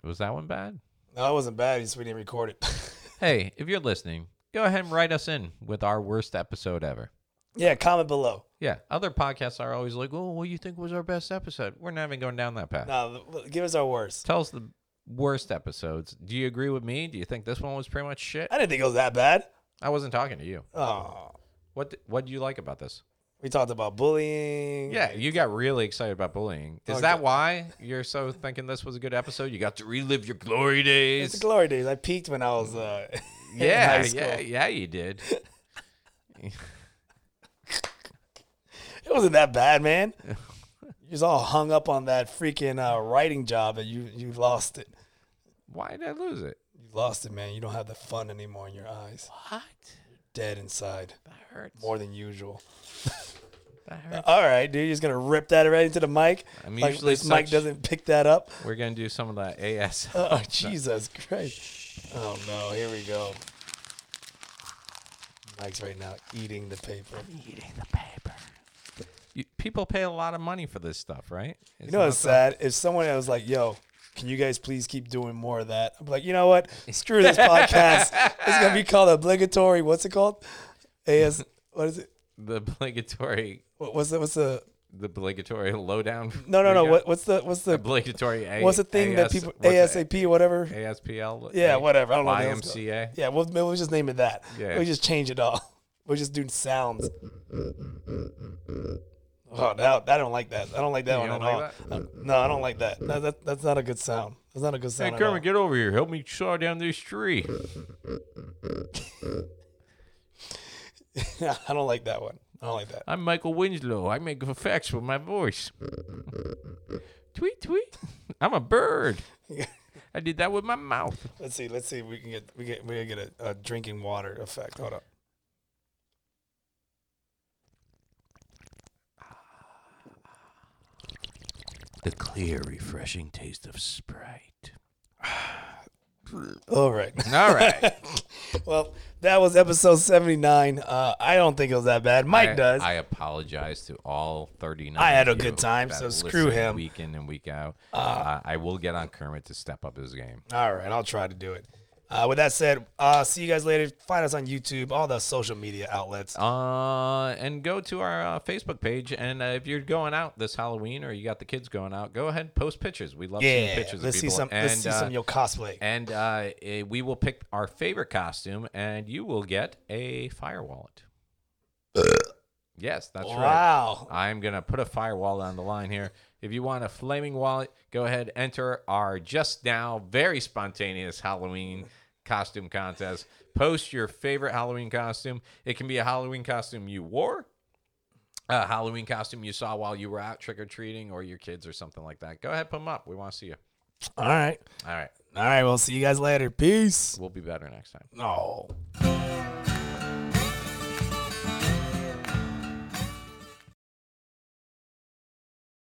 Was that one bad? No, it wasn't bad. It's just we didn't record it. Hey, if you're listening, go ahead and write us in with our worst episode ever. yeah, comment below. Yeah, other podcasts are always like, "Oh, what do you think was our best episode?" We're not even going down that path. No, l- give us our worst. Tell us the worst episodes. Do you agree with me? Do you think this one was pretty much shit? I didn't think it was that bad. I wasn't talking to you. Oh, What d- What do you like about this? we talked about bullying. Yeah, you got really excited about bullying. Is Oh, that yeah. why you're so thinking this was a good episode? You got to relive your glory days. it's the glory days. I peaked when I was uh, in yeah, high school. yeah, yeah, you did. It wasn't that bad, man. you was all hung up on that freaking uh, writing job that you you lost it. Why did I lose it? You lost it, man. You don't have the fun anymore in your eyes. What? Dead inside, That hurts. more than usual. That hurts. All right, dude, you're just gonna rip that right into the mic. I'm like usually this mic such- doesn't pick that up. We're gonna do some of that AS. Oh Jesus Christ! Oh no, here we go. Mike's right now eating the paper. Eating the paper. You, people pay a lot of money for this stuff, right? You know uh, what's sad? If someone was like, "Yo, can you guys please keep doing more of that?" I'm like, you know what? Screw this podcast. It's gonna be called obligatory. What's it called? AS. What is it? the obligatory, What, what's the? What's the? the obligatory lowdown. No, no, we no. got. What, what's the? What's the? obligatory? A, what's the thing that AS people what's it? ASAP or whatever? ASPL. Yeah, A- whatever. I don't know what else it's YMCA. Yeah, we'll maybe we'll just name it that. Yeah. We just change it all. We're just doing sounds. Oh, that, I don't like that. I don't like that You one don't at all. like No, I don't like that. No, that. That's not a good sound. That's not a good Hey, sound. at all. Kermit, get over here. Help me saw down this tree. I don't like that one. I don't like that. I'm Michael Winslow. I make effects with my voice. tweet, tweet. I'm a bird. I did that with my mouth. Let's see. Let's see. if We can get. We get. We can get a, a drinking water effect. Hold up. The clear, refreshing taste of Sprite. All right. All right. well, that was episode seventy nine. Uh, I don't think it was that bad. Mike I, does. I apologize to all 39. I had a of you good time, that so screw listen him. Week in and week out. Uh, I will get on Kermit to step up his game. All right. I'll try to do it. Uh, with that said, uh, see you guys later. Find us on YouTube, all the social media outlets. Uh, and go to our uh, Facebook page. And uh, if you're going out this Halloween or you got the kids going out, go ahead and post pictures. We love seeing yeah. pictures Let's of see people. some. and, let's see uh, some of your cosplay. And uh, eh, we will pick our favorite costume, and you will get a fire wallet. yes, that's right. wow. I'm gonna put a fire wallet on the line here. If you want a flaming wallet, go ahead enter our just now very spontaneous Halloween costume contest. Post your favorite Halloween costume. It can be a Halloween costume you wore, a Halloween costume you saw while you were out trick or treating, or your kids or something like that. Go ahead, put them up. We want to see you. All right. All right, All right. We'll see you guys later. Peace. we'll be better next time. No.